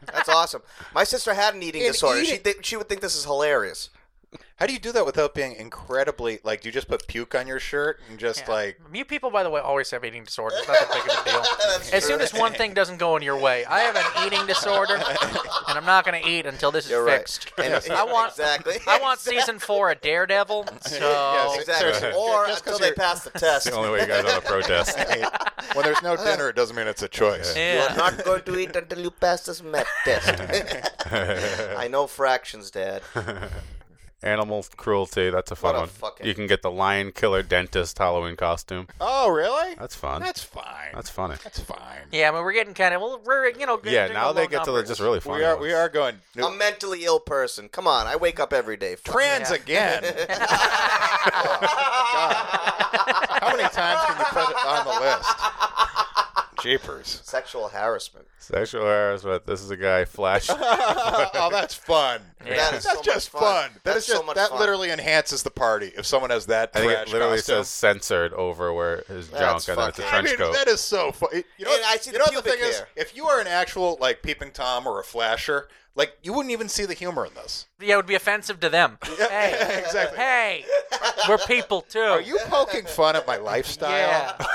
Speaker 5: That's awesome. My sister had an eating
Speaker 2: An
Speaker 5: disorder. She
Speaker 2: eating-
Speaker 5: thi- she would think this is hilarious.
Speaker 2: How do you do that without being incredibly like? Do you just put puke on your shirt and just like?
Speaker 1: You people, by the way, always have eating disorders. It's not that big of a
Speaker 5: [LAUGHS]
Speaker 1: deal. as soon as one thing doesn't go in your way, I have an eating disorder, and I'm not going to eat until this is
Speaker 5: You're right.
Speaker 1: fixed.
Speaker 5: And [LAUGHS]
Speaker 1: I want,
Speaker 5: exactly.
Speaker 1: I
Speaker 5: [LAUGHS]
Speaker 1: want season four of Daredevil. So
Speaker 2: Yes,
Speaker 5: exactly.
Speaker 2: Seriously.
Speaker 5: Or
Speaker 2: Just 'cause
Speaker 5: until they
Speaker 2: you're-
Speaker 5: pass the test.
Speaker 4: the only way you guys have a protest. [LAUGHS]
Speaker 2: when there's [LAUGHS] no dinner, it doesn't mean it's a choice.
Speaker 1: Yeah.
Speaker 5: You are not going to eat until you pass this math
Speaker 2: [LAUGHS]
Speaker 5: test. [LAUGHS] I know fractions, Dad.
Speaker 4: Animal cruelty. That's a fun
Speaker 5: What a
Speaker 4: one.
Speaker 5: fucking-
Speaker 4: You can get the lion killer dentist Halloween costume.
Speaker 2: Oh, really?
Speaker 4: That's fun.
Speaker 2: That's fine.
Speaker 4: That's funny.
Speaker 2: That's fine.
Speaker 1: yeah, I mean, we're getting kind of well, we're you know.
Speaker 4: Yeah,
Speaker 1: getting
Speaker 4: now
Speaker 1: low
Speaker 4: they get to the
Speaker 1: numbers.
Speaker 4: just really funny.
Speaker 2: We are
Speaker 4: ones.
Speaker 2: we are going
Speaker 5: A mentally ill person. Come on, I wake up every day. Fuck.
Speaker 2: trans
Speaker 1: Yeah.
Speaker 5: [LAUGHS]
Speaker 2: again. [LAUGHS] Oh, God. How many times can you put it on the list? Jeepers.
Speaker 4: [LAUGHS]
Speaker 5: Sexual harassment.
Speaker 4: sexual harassment. This is
Speaker 2: [LAUGHS]
Speaker 4: a guy flash.
Speaker 2: oh, that's fun.
Speaker 1: Yeah.
Speaker 5: That is
Speaker 2: That's
Speaker 5: so
Speaker 2: just
Speaker 5: much
Speaker 2: fun. That
Speaker 5: That's
Speaker 2: is just
Speaker 5: so much
Speaker 2: that
Speaker 5: fun.
Speaker 2: literally enhances the party if someone has that
Speaker 4: I
Speaker 2: trash
Speaker 4: think it literally
Speaker 2: costume.
Speaker 4: says censored over where his
Speaker 5: That's
Speaker 4: junk, and then it's a
Speaker 5: fucking-
Speaker 2: I mean,
Speaker 4: trench coat.
Speaker 2: that is so fun. You know,
Speaker 5: And I see
Speaker 2: you
Speaker 5: the
Speaker 2: know what the
Speaker 5: pubic
Speaker 2: thing is?
Speaker 5: hair.
Speaker 2: If you are an actual like peeping tom or a flasher, like you wouldn't even see the humor in this.
Speaker 1: Yeah, it would be offensive to
Speaker 5: [LAUGHS]
Speaker 1: them. Hey,
Speaker 2: [LAUGHS] exactly.
Speaker 1: hey, we're people too.
Speaker 2: Are you poking fun at my lifestyle?
Speaker 1: Yeah.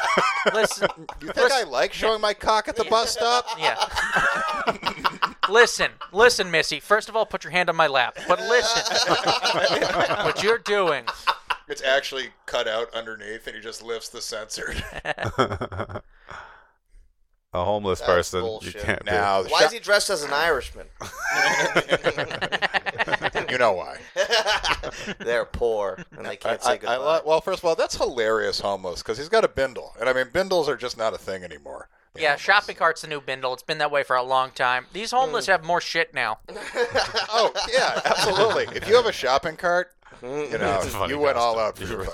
Speaker 1: Listen,
Speaker 2: You think I like showing my cock at the bus stop?
Speaker 1: Yeah. listen, listen, Missy. First of all, put your hand on my lap. But listen, what you're doing.
Speaker 2: It's actually cut out underneath, and he just lifts the [LAUGHS] censored.
Speaker 4: a homeless
Speaker 5: That's
Speaker 4: person.
Speaker 5: bullshit.
Speaker 4: You
Speaker 2: [LAUGHS]
Speaker 4: can't [LAUGHS]
Speaker 2: Now,
Speaker 5: Why is he dressed as an Irishman?
Speaker 2: [LAUGHS]
Speaker 5: [LAUGHS]
Speaker 2: you know why?
Speaker 5: They're poor and they can't say
Speaker 2: I,
Speaker 5: goodbye.
Speaker 2: I love. [LAUGHS] Well, first of all, that's hilarious, homeless, because he's got a bindle, and I mean, bindles are just not a thing anymore.
Speaker 1: Yeah, shopping cart's the new bindle. It's been that way for a long time. These homeless have more shit now.
Speaker 2: Oh yeah, absolutely. If you have a shopping cart, you know,
Speaker 4: Mm-hmm. It's funny,
Speaker 2: you went all
Speaker 4: Dustin.
Speaker 2: out. For your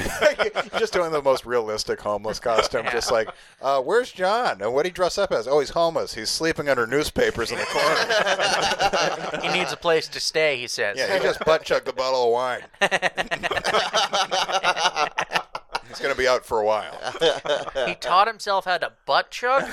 Speaker 2: fucking- [LAUGHS] just doing the most realistic homeless costume. Just like, uh, where's John? And what would he dress up as? Oh, he's homeless. He's sleeping under newspapers in the corner.
Speaker 1: He
Speaker 5: [LAUGHS]
Speaker 1: needs a place to stay, he says.
Speaker 2: Yeah, he just butt chugged a bottle of wine. he's gonna be out for a while.
Speaker 1: [LAUGHS] He taught himself how to butt chug,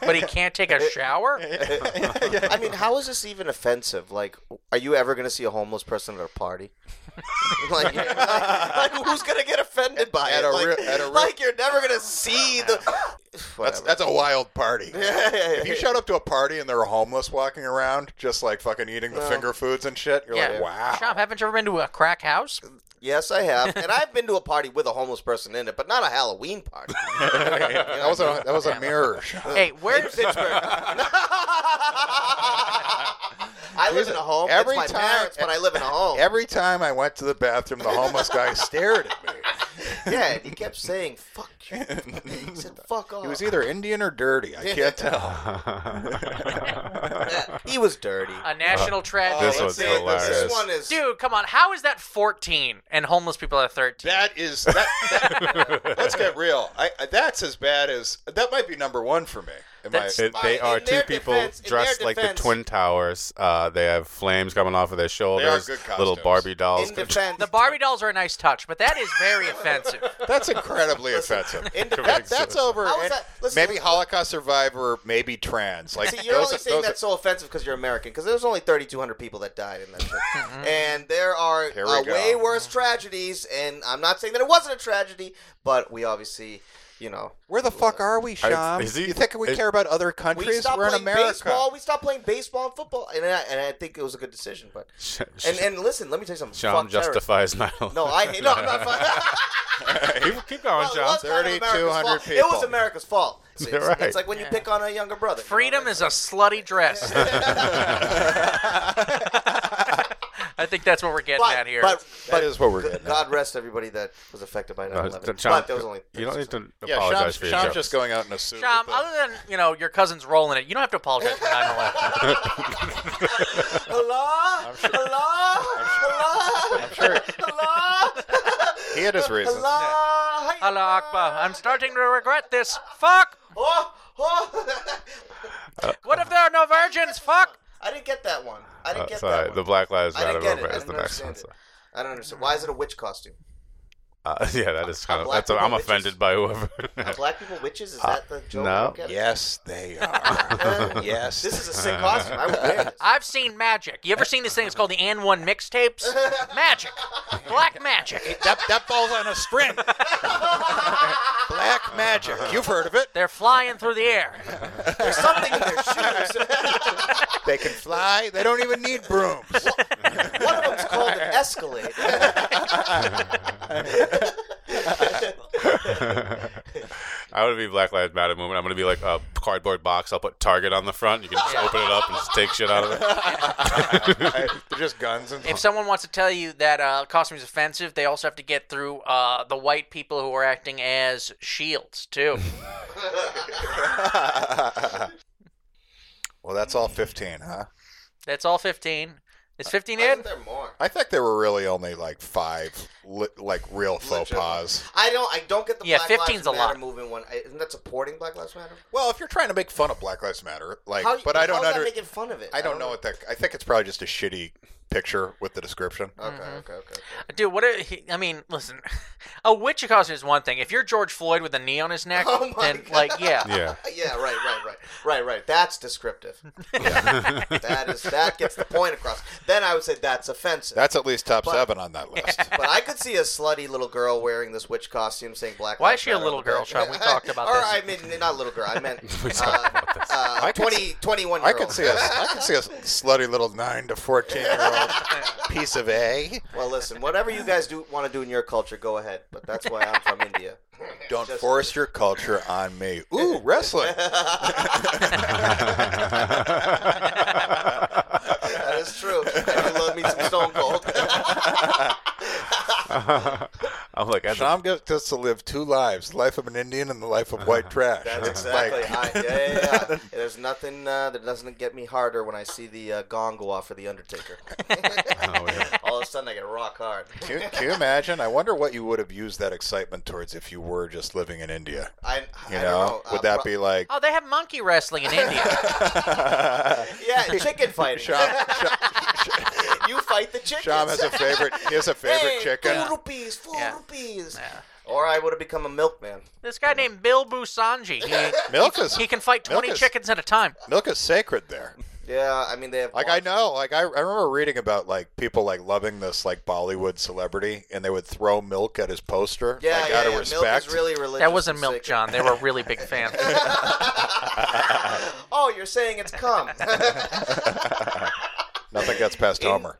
Speaker 1: but he can't take a shower?
Speaker 5: [LAUGHS] I mean, how is this even offensive? Like, are you ever going to see a homeless person at a party? [LAUGHS]
Speaker 2: [LAUGHS]
Speaker 5: like, like, like, who's going to get offended by
Speaker 2: At
Speaker 5: it?
Speaker 2: a
Speaker 5: like,
Speaker 2: real- at a real-
Speaker 5: like, you're never going to see the.
Speaker 2: [LAUGHS] That's
Speaker 5: whatever.
Speaker 2: that's a wild party.
Speaker 5: [LAUGHS] yeah, yeah,
Speaker 2: If you showed up to a party and there were homeless walking around, just like fucking eating the
Speaker 5: No.
Speaker 2: finger foods and shit, you're
Speaker 1: yeah.
Speaker 2: like, wow.
Speaker 1: Shop, haven't you ever been to a crack house?
Speaker 5: Yes, I
Speaker 2: [LAUGHS]
Speaker 5: have, and I've been to a party with a homeless person in it, but not a Halloween party.
Speaker 2: That was a that was a mirror shot.
Speaker 1: Hey, where's
Speaker 5: I live in a home.
Speaker 2: Every
Speaker 5: it's my
Speaker 2: time- e-
Speaker 5: parents, but I live in a home.
Speaker 2: Every time I went to the bathroom, the homeless guy stared at me.
Speaker 5: yeah, and he kept saying "fuck you." He said "fuck off."
Speaker 2: [LAUGHS] He was either Indian or dirty. I can't tell.
Speaker 5: Oh,
Speaker 2: [LAUGHS]
Speaker 5: He was dirty.
Speaker 1: a national tragedy?
Speaker 4: This one's
Speaker 5: Let's see, this-
Speaker 4: hilarious.
Speaker 5: This one is.
Speaker 1: Dude, come on. How is that 14 and homeless people are 13?
Speaker 2: That is that. that- let's get real. I, I- that's as bad as that might be number one for me. in my-
Speaker 1: That's-
Speaker 4: It, they
Speaker 5: In
Speaker 4: are
Speaker 5: their
Speaker 4: two people
Speaker 5: defense- in their
Speaker 4: dressed like the
Speaker 5: defense-
Speaker 4: Twin Towers. Uh, they have flames coming off of their shoulders.
Speaker 2: good
Speaker 4: little
Speaker 2: costumes.
Speaker 4: Barbie dolls. [LAUGHS]
Speaker 5: in defense,
Speaker 1: The Barbie dolls are a nice touch, but that is very offensive.
Speaker 2: that's incredibly offensive.
Speaker 5: [LAUGHS] in
Speaker 2: [LAUGHS]
Speaker 5: defense,
Speaker 2: That, that's over.
Speaker 5: How is
Speaker 2: and
Speaker 5: that- listen-
Speaker 2: maybe Holocaust survivor, maybe trans. Like
Speaker 5: See, you're
Speaker 2: those
Speaker 5: only
Speaker 2: are-
Speaker 5: saying
Speaker 2: those are-
Speaker 5: that's so offensive because you're American. Because there's only 3,200 people that died in that
Speaker 1: Mm-hmm.
Speaker 5: shit, and there are
Speaker 2: Here we
Speaker 5: uh,
Speaker 2: go.
Speaker 5: way worse tragedies. And I'm not saying that it wasn't a tragedy, but we obviously, you know,
Speaker 2: Where the fuck are we, Sean?
Speaker 4: is he-
Speaker 2: you think we
Speaker 4: is-
Speaker 2: care about other
Speaker 5: we
Speaker 2: countries?
Speaker 5: stopped
Speaker 2: We're in
Speaker 5: playing
Speaker 2: America.
Speaker 5: baseball. We stopped playing baseball and football, and I, and I think it was a good decision. But and and listen, let me tell you something.
Speaker 4: Sean
Speaker 5: Fuck terrorists.
Speaker 4: justifies Nile. [LAUGHS]
Speaker 5: No, I hate. No, I'm not. [LAUGHS]
Speaker 4: keep, keep going,
Speaker 5: Well, it
Speaker 4: Sean.
Speaker 5: was kind of America's
Speaker 2: 3,200
Speaker 5: fault. It was
Speaker 2: people.
Speaker 4: Uh, [LAUGHS]
Speaker 5: America's fault. It's, it's,
Speaker 4: You're right.
Speaker 5: it's like when you pick on a younger brother. you know,
Speaker 1: Freedom
Speaker 5: it's-
Speaker 1: is a slutty
Speaker 5: [LAUGHS]
Speaker 1: dress. I think that's what we're getting
Speaker 5: but,
Speaker 1: at here.
Speaker 5: But, but
Speaker 2: That is what we're getting. at.
Speaker 5: God rest everybody that was affected by 9
Speaker 4: Uh,
Speaker 5: 11.
Speaker 4: Sean,
Speaker 5: But there was only.
Speaker 4: you don't need to
Speaker 2: Yeah,
Speaker 4: apologize
Speaker 2: Sean's,
Speaker 4: for your
Speaker 2: Sean's
Speaker 4: joke.
Speaker 2: just going out in a suit.
Speaker 1: Sham,
Speaker 2: with a-
Speaker 1: other than you know your cousin's rolling it, you don't have to apologize for 9/11.
Speaker 5: [LAUGHS]
Speaker 4: [LAUGHS]
Speaker 5: Hello? Hello? Hello?
Speaker 2: I'm sure
Speaker 5: Hello?
Speaker 2: he had his reasons.
Speaker 5: Hello? Hey,
Speaker 1: Allah Akbar, I'm starting to regret this. Fuck!
Speaker 5: Oh, oh. [LAUGHS]
Speaker 1: What if there are no virgins? Fuck!
Speaker 5: I didn't get that one. I didn't
Speaker 4: Uh,
Speaker 5: get
Speaker 4: sorry,
Speaker 5: that
Speaker 4: the
Speaker 5: one.
Speaker 4: Black Lives
Speaker 5: I
Speaker 4: Matter
Speaker 5: didn't get it.
Speaker 4: movement
Speaker 5: I
Speaker 4: is the
Speaker 5: didn't
Speaker 4: next one.
Speaker 5: understand it. I don't understand. Why is it a witch costume?
Speaker 4: so. Uh, [LAUGHS] yeah, that is kind of.
Speaker 5: black
Speaker 4: That's, I'm
Speaker 5: people bitches?
Speaker 4: offended by whoever. [LAUGHS]
Speaker 5: Are black people witches? Is that the joke?
Speaker 4: Uh, no.
Speaker 5: I don't get it.
Speaker 2: Yes, they are. [LAUGHS] yes.
Speaker 5: [LAUGHS] This is a sick costume. I would wear this.
Speaker 1: I've seen magic. You ever seen this thing? It's called the N One mixtapes. Magic, black magic.
Speaker 2: that, that ball's on a string. Black magic. You've heard of it.
Speaker 1: They're flying through the air.
Speaker 5: There's something in their [LAUGHS] shoes.
Speaker 2: They can fly. They don't even need
Speaker 5: [LAUGHS]
Speaker 2: brooms.
Speaker 5: One of them's called
Speaker 4: [LAUGHS]
Speaker 5: an Escalade.
Speaker 4: [LAUGHS] I want to be Black Lives Matter movement. I'm going to be like a cardboard box. I'll put Target on the front. You can just open it up and just take shit out of it.
Speaker 2: They're just guns and.
Speaker 1: If someone wants to tell you that uh, costume is offensive, they also have to get through uh, the white people who are acting as shields
Speaker 2: [LAUGHS]
Speaker 1: too.
Speaker 2: [LAUGHS] well, that's all 15, huh?
Speaker 1: That's all 15. Is 15
Speaker 5: Isn't
Speaker 1: in?
Speaker 5: there more?
Speaker 2: I think there were really only like five, li- like real faux
Speaker 5: Legit.
Speaker 2: pas.
Speaker 5: I don't. I don't get the
Speaker 1: Yeah,
Speaker 5: Black
Speaker 1: 15's
Speaker 5: Lives
Speaker 1: a
Speaker 5: Matter
Speaker 1: lot.
Speaker 5: movement one. I, isn't that supporting Black Lives Matter?
Speaker 2: Well, if you're trying to make fun of Black Lives Matter, like,
Speaker 5: How,
Speaker 2: but I don't
Speaker 5: how's that
Speaker 2: under,
Speaker 5: making fun of it.
Speaker 2: I don't know what that. I think it's probably just a shitty picture with the description.
Speaker 1: Mm-hmm.
Speaker 5: Okay, okay, okay. okay.
Speaker 1: Dude, what? Are, he, I mean, listen, [LAUGHS] a witch costume is one thing. If you're George Floyd with a knee on his neck,
Speaker 2: [LAUGHS]
Speaker 5: Oh my
Speaker 1: then
Speaker 5: God.
Speaker 1: like, yeah,
Speaker 4: Yeah.
Speaker 5: Yeah, right, right, right, right, right. That's descriptive. [LAUGHS] that is that gets the point across. Then I would say that's offensive.
Speaker 2: That's at least top seven on that
Speaker 5: [LAUGHS]
Speaker 2: list.
Speaker 5: but I could see a slutty little girl wearing this witch costume, saying black.
Speaker 1: Why is
Speaker 5: Lives
Speaker 1: she a
Speaker 5: Matter
Speaker 1: little
Speaker 5: on the
Speaker 1: girl,
Speaker 5: back.
Speaker 1: Sean? We
Speaker 5: [LAUGHS]
Speaker 1: talked about
Speaker 5: or,
Speaker 1: this.
Speaker 5: I mean, not little girl. I
Speaker 2: [LAUGHS]
Speaker 5: meant uh,
Speaker 4: talked about this.
Speaker 5: uh,
Speaker 2: I could
Speaker 5: 20, 21 year
Speaker 2: I
Speaker 5: old.
Speaker 2: could see a, I could see
Speaker 5: [LAUGHS]
Speaker 2: a slutty little nine to fourteen year old piece of a.
Speaker 5: Well, listen, whatever you guys do want to do in your culture, go ahead. But that's why I'm from India.
Speaker 2: Don't
Speaker 5: Just-
Speaker 2: force your culture on me.
Speaker 5: [LAUGHS]
Speaker 2: Ooh, wrestling.
Speaker 5: That is true. I do love me some Stone Cold.
Speaker 4: [LAUGHS]
Speaker 2: [LAUGHS]
Speaker 4: I'm like, that's
Speaker 2: Tom gets gets to live two lives: the life of an Indian and the life of white trash.
Speaker 5: Uh-huh. That's
Speaker 2: It's
Speaker 5: exactly.
Speaker 2: like-
Speaker 5: I, yeah, yeah, yeah. There's nothing uh, that doesn't get me harder when I see the uh, gong go off for
Speaker 1: [LAUGHS]
Speaker 5: the Undertaker.
Speaker 1: Oh,
Speaker 5: [LAUGHS] All of a sudden, I get rock hard.
Speaker 2: [LAUGHS] can, can you imagine? I wonder what you would have used that excitement towards if you were just living in India.
Speaker 5: I,
Speaker 2: You know,
Speaker 5: I don't know. Uh,
Speaker 2: would that be like
Speaker 1: Oh, they have monkey wrestling
Speaker 2: [LAUGHS]
Speaker 1: in India.
Speaker 5: [LAUGHS] Oh. Yeah, chicken fighting.
Speaker 2: Sham, Sham,
Speaker 5: you fight the chickens.
Speaker 2: Sham has a favorite? He has a favorite
Speaker 5: hey,
Speaker 2: chicken.
Speaker 5: Four rupees. Four
Speaker 1: Yeah.
Speaker 5: rupees.
Speaker 1: Yeah.
Speaker 5: Or I would have become a milkman.
Speaker 1: this guy named Bill Busanji. He,
Speaker 2: Milk is
Speaker 1: he can fight 20
Speaker 2: Milk is-
Speaker 1: chickens at a time.
Speaker 2: milk is sacred there.
Speaker 5: Yeah, I mean they have.
Speaker 2: Like I know, like I, I remember reading about like people like loving this like Bollywood celebrity, and they would throw milk at his poster,
Speaker 5: Yeah,
Speaker 2: like
Speaker 5: yeah,
Speaker 2: out of
Speaker 5: yeah. Milk
Speaker 2: respect.
Speaker 5: is really [LAUGHS] religious.
Speaker 1: That wasn't
Speaker 5: and
Speaker 1: Milk
Speaker 5: sacred.
Speaker 1: John. They were really big fans.
Speaker 5: [LAUGHS] oh, you're saying
Speaker 1: [LAUGHS]
Speaker 5: it's cum.
Speaker 2: [LAUGHS] Nothing gets past Homer.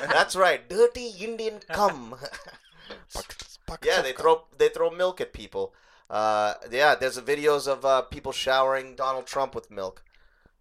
Speaker 5: That's right, dirty Indian
Speaker 2: [LAUGHS]
Speaker 5: cum.
Speaker 2: Buckets- buckets
Speaker 5: [LAUGHS] yeah,
Speaker 2: of
Speaker 5: they
Speaker 2: cum.
Speaker 5: throw they throw milk at people. Uh, yeah, there's videos of uh, people showering Donald Trump with milk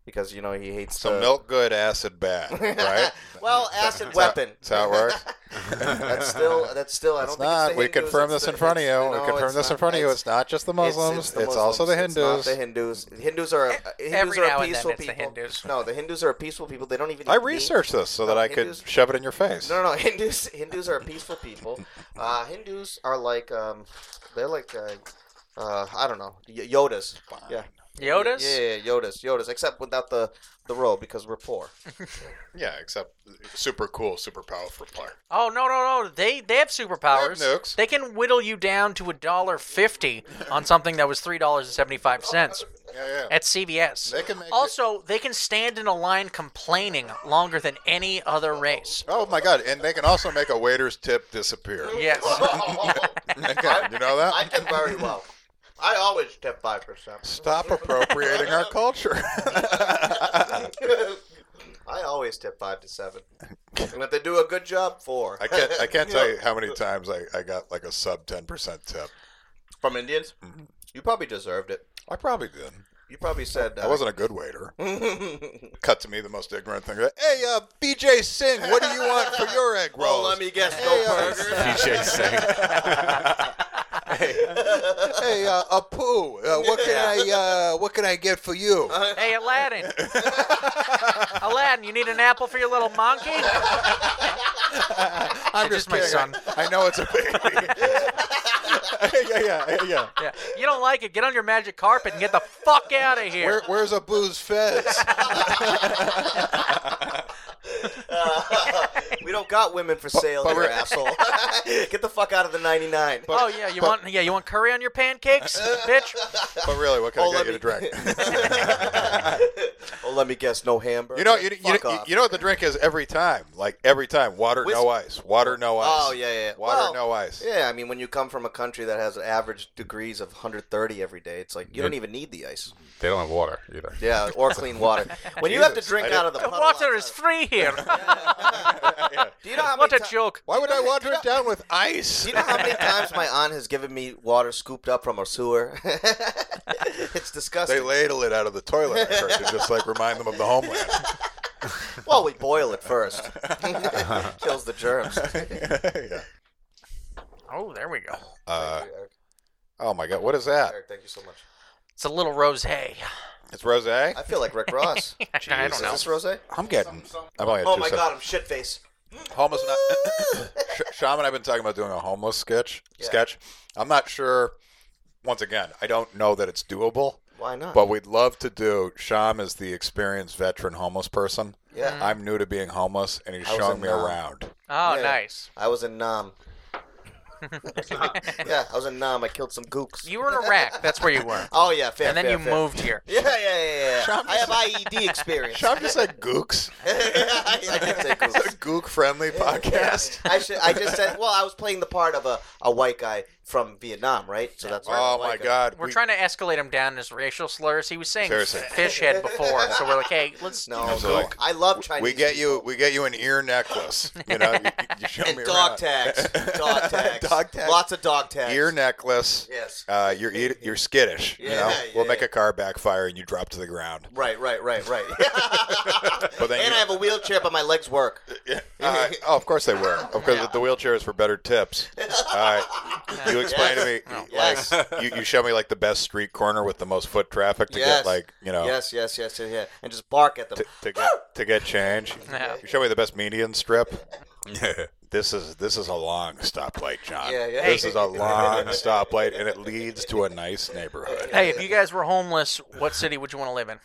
Speaker 5: because you know he hates
Speaker 2: So
Speaker 5: the- [LAUGHS]
Speaker 2: milk good, acid bad, right?
Speaker 5: well, acid weapon.
Speaker 2: That's how it works.
Speaker 5: [LAUGHS] That's still that's still.
Speaker 2: [LAUGHS]
Speaker 5: I
Speaker 2: It's
Speaker 5: don't think
Speaker 2: not.
Speaker 5: It's the
Speaker 2: we
Speaker 5: Hindus,
Speaker 2: confirm
Speaker 5: it's
Speaker 2: this
Speaker 5: the-
Speaker 2: in front of you.
Speaker 5: it's-
Speaker 2: we
Speaker 5: no,
Speaker 2: confirm
Speaker 5: it's
Speaker 2: this in
Speaker 5: not-
Speaker 2: front of you.
Speaker 5: it's-
Speaker 2: It's not just the
Speaker 5: It's-
Speaker 2: Muslims. It's,
Speaker 5: It's, the
Speaker 2: also the
Speaker 5: Muslims.
Speaker 2: Hindus.
Speaker 5: It's not the Hindus. Hindus are uh, Hindus
Speaker 1: Eh, every now
Speaker 5: are
Speaker 1: and then
Speaker 5: peaceful
Speaker 1: it's the
Speaker 5: people.
Speaker 1: Hindus.
Speaker 5: No, the Hindus are peaceful people. They don't even.
Speaker 2: I
Speaker 5: eat meat.
Speaker 2: researched this so that
Speaker 5: No,
Speaker 2: I could
Speaker 5: Hindus-
Speaker 2: shove it in your face.
Speaker 5: No, [LAUGHS] no, no. Hindus Hindus are peaceful people. Uh, Hindus are like um, they're like uh, uh, I don't know, y- Yodas. Yeah.
Speaker 1: Yodas?
Speaker 5: Yeah, yeah, yeah, Yodas, Yodas, except without the the robe because we're poor.
Speaker 2: Yeah, except super cool, super powerful player.
Speaker 1: Oh no no no! They they have superpowers.
Speaker 2: They have nukes.
Speaker 1: They can whittle you down to a dollar fifty on something that was three dollars and seventy five cents
Speaker 2: Yeah, yeah.
Speaker 1: at CVS.
Speaker 2: They can make
Speaker 1: also, they can stand in a line complaining longer than any other race.
Speaker 2: Oh my God! And they can also make a waiter's tip disappear.
Speaker 1: Yes.
Speaker 2: They can. you know that?
Speaker 5: [LAUGHS] I tip very well. I always tip five percent. [LAUGHS]
Speaker 2: Stop appropriating our culture. [LAUGHS]
Speaker 5: I always tip five to seven, and if they do a good job, four.
Speaker 2: I can't.
Speaker 5: [LAUGHS]
Speaker 2: I can't tell you how many times I, I got like a sub ten percent tip.
Speaker 5: From Indians, you probably deserved it.
Speaker 2: I probably did.
Speaker 5: You probably said uh, [LAUGHS]
Speaker 2: I wasn't a good waiter. [LAUGHS] Cut to me, the most ignorant thing. Hey, uh, BJ Singh, what do you want for your egg rolls?
Speaker 5: Oh, let me guess, no
Speaker 2: Hey, uh, [LAUGHS]
Speaker 5: burger.
Speaker 4: DJ Singh.
Speaker 2: Hey, uh, Apu, uh, what can I uh, what can I get for
Speaker 5: [LAUGHS]
Speaker 2: you?
Speaker 1: hey
Speaker 2: [LAUGHS]
Speaker 1: Aladdin! Aladdin, you need an apple for your little
Speaker 2: [LAUGHS]
Speaker 1: monkey?
Speaker 2: I'm
Speaker 1: It's just my
Speaker 2: kidding.
Speaker 1: son.
Speaker 2: I, I know it's a baby. [LAUGHS] yeah, yeah, yeah, yeah.
Speaker 1: Yeah. You don't like it? Get on your magic carpet and get the fuck out of here.
Speaker 2: Where, where's Apu's
Speaker 5: [LAUGHS]
Speaker 2: fez?
Speaker 5: We don't got women for sale
Speaker 2: but
Speaker 5: here,
Speaker 2: we're-
Speaker 5: asshole. [LAUGHS] Get the fuck out of the 99.
Speaker 1: oh yeah, you want yeah you want curry on your
Speaker 2: [LAUGHS]
Speaker 1: pancakes, bitch?
Speaker 2: but really, what can
Speaker 5: Oh,
Speaker 2: I get
Speaker 5: let
Speaker 2: you to drink?
Speaker 5: [LAUGHS]
Speaker 2: [LAUGHS]
Speaker 5: oh, let me guess, no hamburger.
Speaker 2: You know, you, you,
Speaker 5: Fuck
Speaker 2: you,
Speaker 5: off.
Speaker 2: you know what the drink is every time. Like every time, water, no ice. Water, no ice.
Speaker 5: Oh yeah, yeah. yeah.
Speaker 2: Water,
Speaker 5: Well,
Speaker 2: no ice.
Speaker 5: Yeah, I mean, when you come from a country that has average degrees of 130 every day, it's like you don't even need the ice.
Speaker 4: They don't have water either.
Speaker 5: Yeah, or
Speaker 2: [LAUGHS]
Speaker 5: clean water. When you have to
Speaker 2: Jesus, I
Speaker 5: drink
Speaker 2: didn't-
Speaker 5: out of the
Speaker 1: The
Speaker 5: puddle
Speaker 1: water
Speaker 5: outside-
Speaker 1: is free here.
Speaker 5: Do you know how
Speaker 1: what
Speaker 5: many
Speaker 1: a
Speaker 5: ti-
Speaker 1: joke!
Speaker 2: Why would I water it down with ice? [LAUGHS]
Speaker 5: Do you know how many times my aunt has given me water scooped up from a sewer? [LAUGHS] it's disgusting.
Speaker 2: They ladle it out of the toilet, I heard, to just like remind them of the
Speaker 5: [LAUGHS]
Speaker 2: homeland.
Speaker 5: Well, we boil it
Speaker 2: [LAUGHS]
Speaker 5: first. [LAUGHS] Kills the germs.
Speaker 2: yeah.
Speaker 1: Oh, there we go.
Speaker 2: [LAUGHS] uh,
Speaker 5: Thank you, Eric.
Speaker 2: oh my God, what is that?
Speaker 5: Eric, thank you so much.
Speaker 1: It's a little rosé. [LAUGHS]
Speaker 2: It's rose.
Speaker 5: I feel like Rick Ross. Is
Speaker 1: I don't know.
Speaker 5: this rosé?
Speaker 2: I'm getting. I've only had
Speaker 5: Oh
Speaker 2: two
Speaker 5: my
Speaker 2: sips.
Speaker 5: god, I'm shit face.
Speaker 2: Homeless.
Speaker 5: [LAUGHS]
Speaker 2: Not, Sh- Shaman, I've been talking about doing a homeless sketch.
Speaker 5: Yeah.
Speaker 2: Sketch. I'm not sure. Once again, I don't know that it's doable.
Speaker 5: Why not?
Speaker 2: But we'd love to do. Sham is the experienced veteran homeless person.
Speaker 5: Yeah.
Speaker 2: I'm new to being homeless, and he's
Speaker 5: was
Speaker 2: showing
Speaker 5: in
Speaker 2: me
Speaker 5: Nam.
Speaker 2: around.
Speaker 1: Oh,
Speaker 5: Yeah.
Speaker 1: nice.
Speaker 5: I was in
Speaker 1: [LAUGHS]
Speaker 5: Nam. yeah, I was in Nam. I killed some gooks.
Speaker 1: You were in Iraq. That's where you
Speaker 5: [LAUGHS]
Speaker 1: were.
Speaker 5: Oh yeah, fair.
Speaker 1: And then
Speaker 5: fair,
Speaker 1: you
Speaker 5: fair.
Speaker 1: moved here.
Speaker 5: Yeah, yeah, yeah, yeah.
Speaker 2: Sham
Speaker 5: I have IED experience.
Speaker 2: Sham just said gooks.
Speaker 5: [LAUGHS] I did say gooks.
Speaker 2: It's a gook friendly podcast.
Speaker 5: [LAUGHS] I should. I just said. Well, I was playing the part of a, a white guy from Vietnam, right? So that's why I'm
Speaker 2: Oh
Speaker 5: a white
Speaker 2: my
Speaker 5: guy.
Speaker 2: God.
Speaker 1: We're
Speaker 2: We-
Speaker 1: trying to escalate him down in his racial slurs. He was saying
Speaker 2: Seriously.
Speaker 1: fish head before, so we're like, hey,
Speaker 5: [LAUGHS]
Speaker 1: let's.
Speaker 5: No,
Speaker 2: I'm so
Speaker 5: gook.
Speaker 2: like-
Speaker 5: I love Chinese.
Speaker 2: We get you.
Speaker 5: people.
Speaker 2: We get you an ear necklace. You know, you, you [LAUGHS] show me
Speaker 5: and dog
Speaker 2: around.
Speaker 5: tags. Dog tags.
Speaker 2: Dog tags.
Speaker 5: Lots of dog tags.
Speaker 2: Ear necklace.
Speaker 5: Yes.
Speaker 2: Uh, you're eat, you're skittish. you
Speaker 5: Yeah,
Speaker 2: know,
Speaker 5: yeah,
Speaker 2: we'll make
Speaker 5: yeah.
Speaker 2: a car backfire and you drop to the ground.
Speaker 5: Right, right, right,
Speaker 2: [LAUGHS]
Speaker 5: right.
Speaker 2: But then
Speaker 5: and I
Speaker 2: you,
Speaker 5: have a wheelchair, but my legs work.
Speaker 2: uh, oh, of course they were. Of course, the wheelchair is for better tips. Uh, you explain to me,
Speaker 5: [LAUGHS]
Speaker 2: [LAUGHS]
Speaker 5: Yes.
Speaker 2: like you, you show me like the best street corner with the most foot traffic to
Speaker 5: Yes.
Speaker 2: get like you know
Speaker 5: Yes, yes, yes, yes, yeah. And just bark at them.
Speaker 2: to, to get to get change.
Speaker 1: Yeah.
Speaker 2: You show me the best median
Speaker 5: [LAUGHS]
Speaker 2: strip. This is this is a long stoplight, John.
Speaker 5: Yeah, yeah.
Speaker 2: This
Speaker 5: [LAUGHS]
Speaker 2: is a long stoplight, and it leads to a nice neighborhood.
Speaker 1: [LAUGHS] Hey, if you guys were homeless, what city would you want to live in?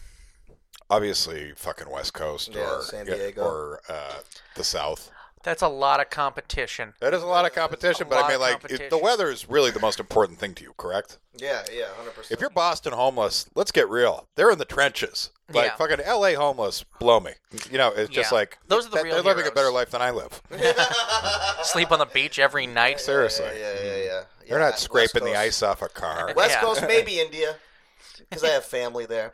Speaker 2: Obviously, fucking West Coast
Speaker 5: Yeah,
Speaker 2: or
Speaker 5: San Diego.
Speaker 2: or uh, the South.
Speaker 1: That's a lot of competition.
Speaker 2: That is a lot of competition, but
Speaker 1: lot
Speaker 2: I mean,
Speaker 1: of
Speaker 2: like, if the
Speaker 1: competition.
Speaker 2: weather is really the most important thing to you, correct?
Speaker 5: Yeah, yeah, hundred percent.
Speaker 2: If you're Boston homeless, let's get real. They're in the trenches. Like
Speaker 1: Yeah.
Speaker 2: fucking L.A. homeless, blow me. You know, it's just
Speaker 1: Yeah.
Speaker 2: like
Speaker 1: Those are the
Speaker 2: that-
Speaker 1: real
Speaker 2: They're living a
Speaker 1: heroes.
Speaker 2: better life than I
Speaker 5: [LAUGHS]
Speaker 2: live.
Speaker 1: Sleep on the beach every night.
Speaker 2: Seriously,
Speaker 5: yeah, yeah, yeah, yeah.
Speaker 2: they're
Speaker 5: Yeah,
Speaker 2: not
Speaker 5: West
Speaker 2: scraping the
Speaker 5: Coast.
Speaker 2: ice off a
Speaker 5: [LAUGHS]
Speaker 2: car.
Speaker 5: West
Speaker 1: Yeah.
Speaker 5: Coast, maybe India, because I have family
Speaker 2: [LAUGHS]
Speaker 5: there,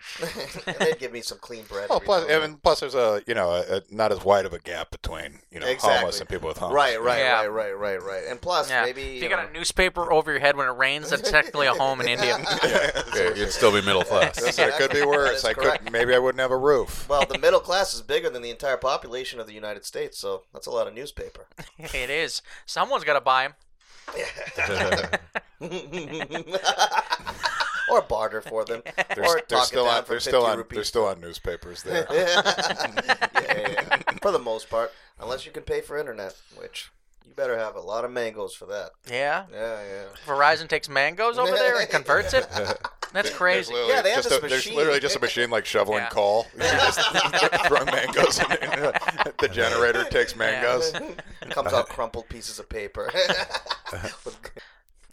Speaker 5: and they'd give me some clean bread.
Speaker 2: Oh,
Speaker 5: every
Speaker 2: plus,
Speaker 5: now
Speaker 2: I
Speaker 5: and
Speaker 2: mean, plus there's a you know a, a, not as wide of a gap between you know
Speaker 5: then. exactly.
Speaker 2: homeless and people with homeless. [LAUGHS]
Speaker 5: Right, right,
Speaker 1: Yeah.
Speaker 5: right, right, right, right. And plus,
Speaker 1: Yeah.
Speaker 5: maybe uh,
Speaker 1: if
Speaker 5: you
Speaker 1: you got
Speaker 5: know-
Speaker 1: a newspaper over your head when it rains, that's technically a home
Speaker 5: [LAUGHS]
Speaker 1: in India. [LAUGHS]
Speaker 4: Okay, you'd still be middle
Speaker 2: [LAUGHS]
Speaker 4: class.
Speaker 2: Listen, it could be worse. I
Speaker 5: That is
Speaker 2: could
Speaker 5: correct.
Speaker 2: maybe I wouldn't have a roof.
Speaker 5: well, the middle class is bigger than the entire population of the United States, so that's a lot of newspaper.
Speaker 1: it is. Someone's got to buy them.
Speaker 5: or barter
Speaker 1: [LAUGHS]
Speaker 5: for them,
Speaker 2: They're,
Speaker 5: or
Speaker 2: they're
Speaker 5: talk it
Speaker 2: still
Speaker 5: down
Speaker 2: on.
Speaker 5: for
Speaker 2: They're
Speaker 5: 50
Speaker 2: still on.
Speaker 5: rupees.
Speaker 2: They're still on newspapers there.
Speaker 5: [LAUGHS] yeah,
Speaker 2: [LAUGHS]
Speaker 5: yeah, yeah. For the most part, unless you can pay for internet, which you better have a lot of mangoes for that.
Speaker 1: Yeah.
Speaker 5: Yeah, yeah.
Speaker 1: Verizon takes mangoes over there and converts
Speaker 2: [LAUGHS]
Speaker 1: it. That's
Speaker 2: There's
Speaker 1: crazy.
Speaker 2: literally
Speaker 5: Yeah, they have
Speaker 2: just
Speaker 5: this
Speaker 2: a, There's
Speaker 5: machine.
Speaker 2: literally just a
Speaker 5: [LAUGHS]
Speaker 2: machine like shoveling
Speaker 1: Yeah. [LAUGHS]
Speaker 2: coal. You just throw mangoes. In it. [LAUGHS] The generator takes mangoes.
Speaker 5: Comes out crumpled pieces of paper. [LAUGHS] With-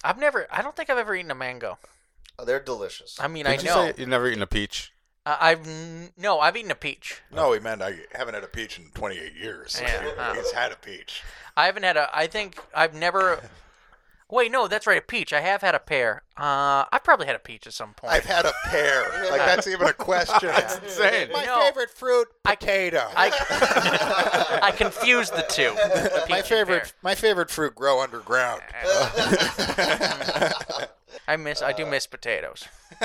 Speaker 1: I've never. I don't think I've ever eaten a mango.
Speaker 5: oh, they're delicious.
Speaker 1: I mean,
Speaker 4: Did
Speaker 1: I
Speaker 4: you
Speaker 1: know.
Speaker 4: say you've never eaten a [LAUGHS] peach?
Speaker 1: I- I've n- no. I've eaten a peach.
Speaker 2: No, he meant I haven't had a peach in 28 years.
Speaker 1: Yeah. uh-huh.
Speaker 2: He's had a peach.
Speaker 1: I haven't had a. I think I've never. Wait, no, that's right. A peach. I have had a pear. Uh, I probably had a peach at some point.
Speaker 2: I've had a pear. Like that's even a [LAUGHS] question.
Speaker 4: Insane.
Speaker 2: My
Speaker 1: No.
Speaker 2: favorite fruit,
Speaker 1: I-
Speaker 2: potato. [LAUGHS]
Speaker 1: I, I confused the two. the peach
Speaker 2: my
Speaker 1: and pear.
Speaker 2: favorite, my favorite fruit, grow underground.
Speaker 1: I miss. I do miss potatoes.
Speaker 2: [LAUGHS]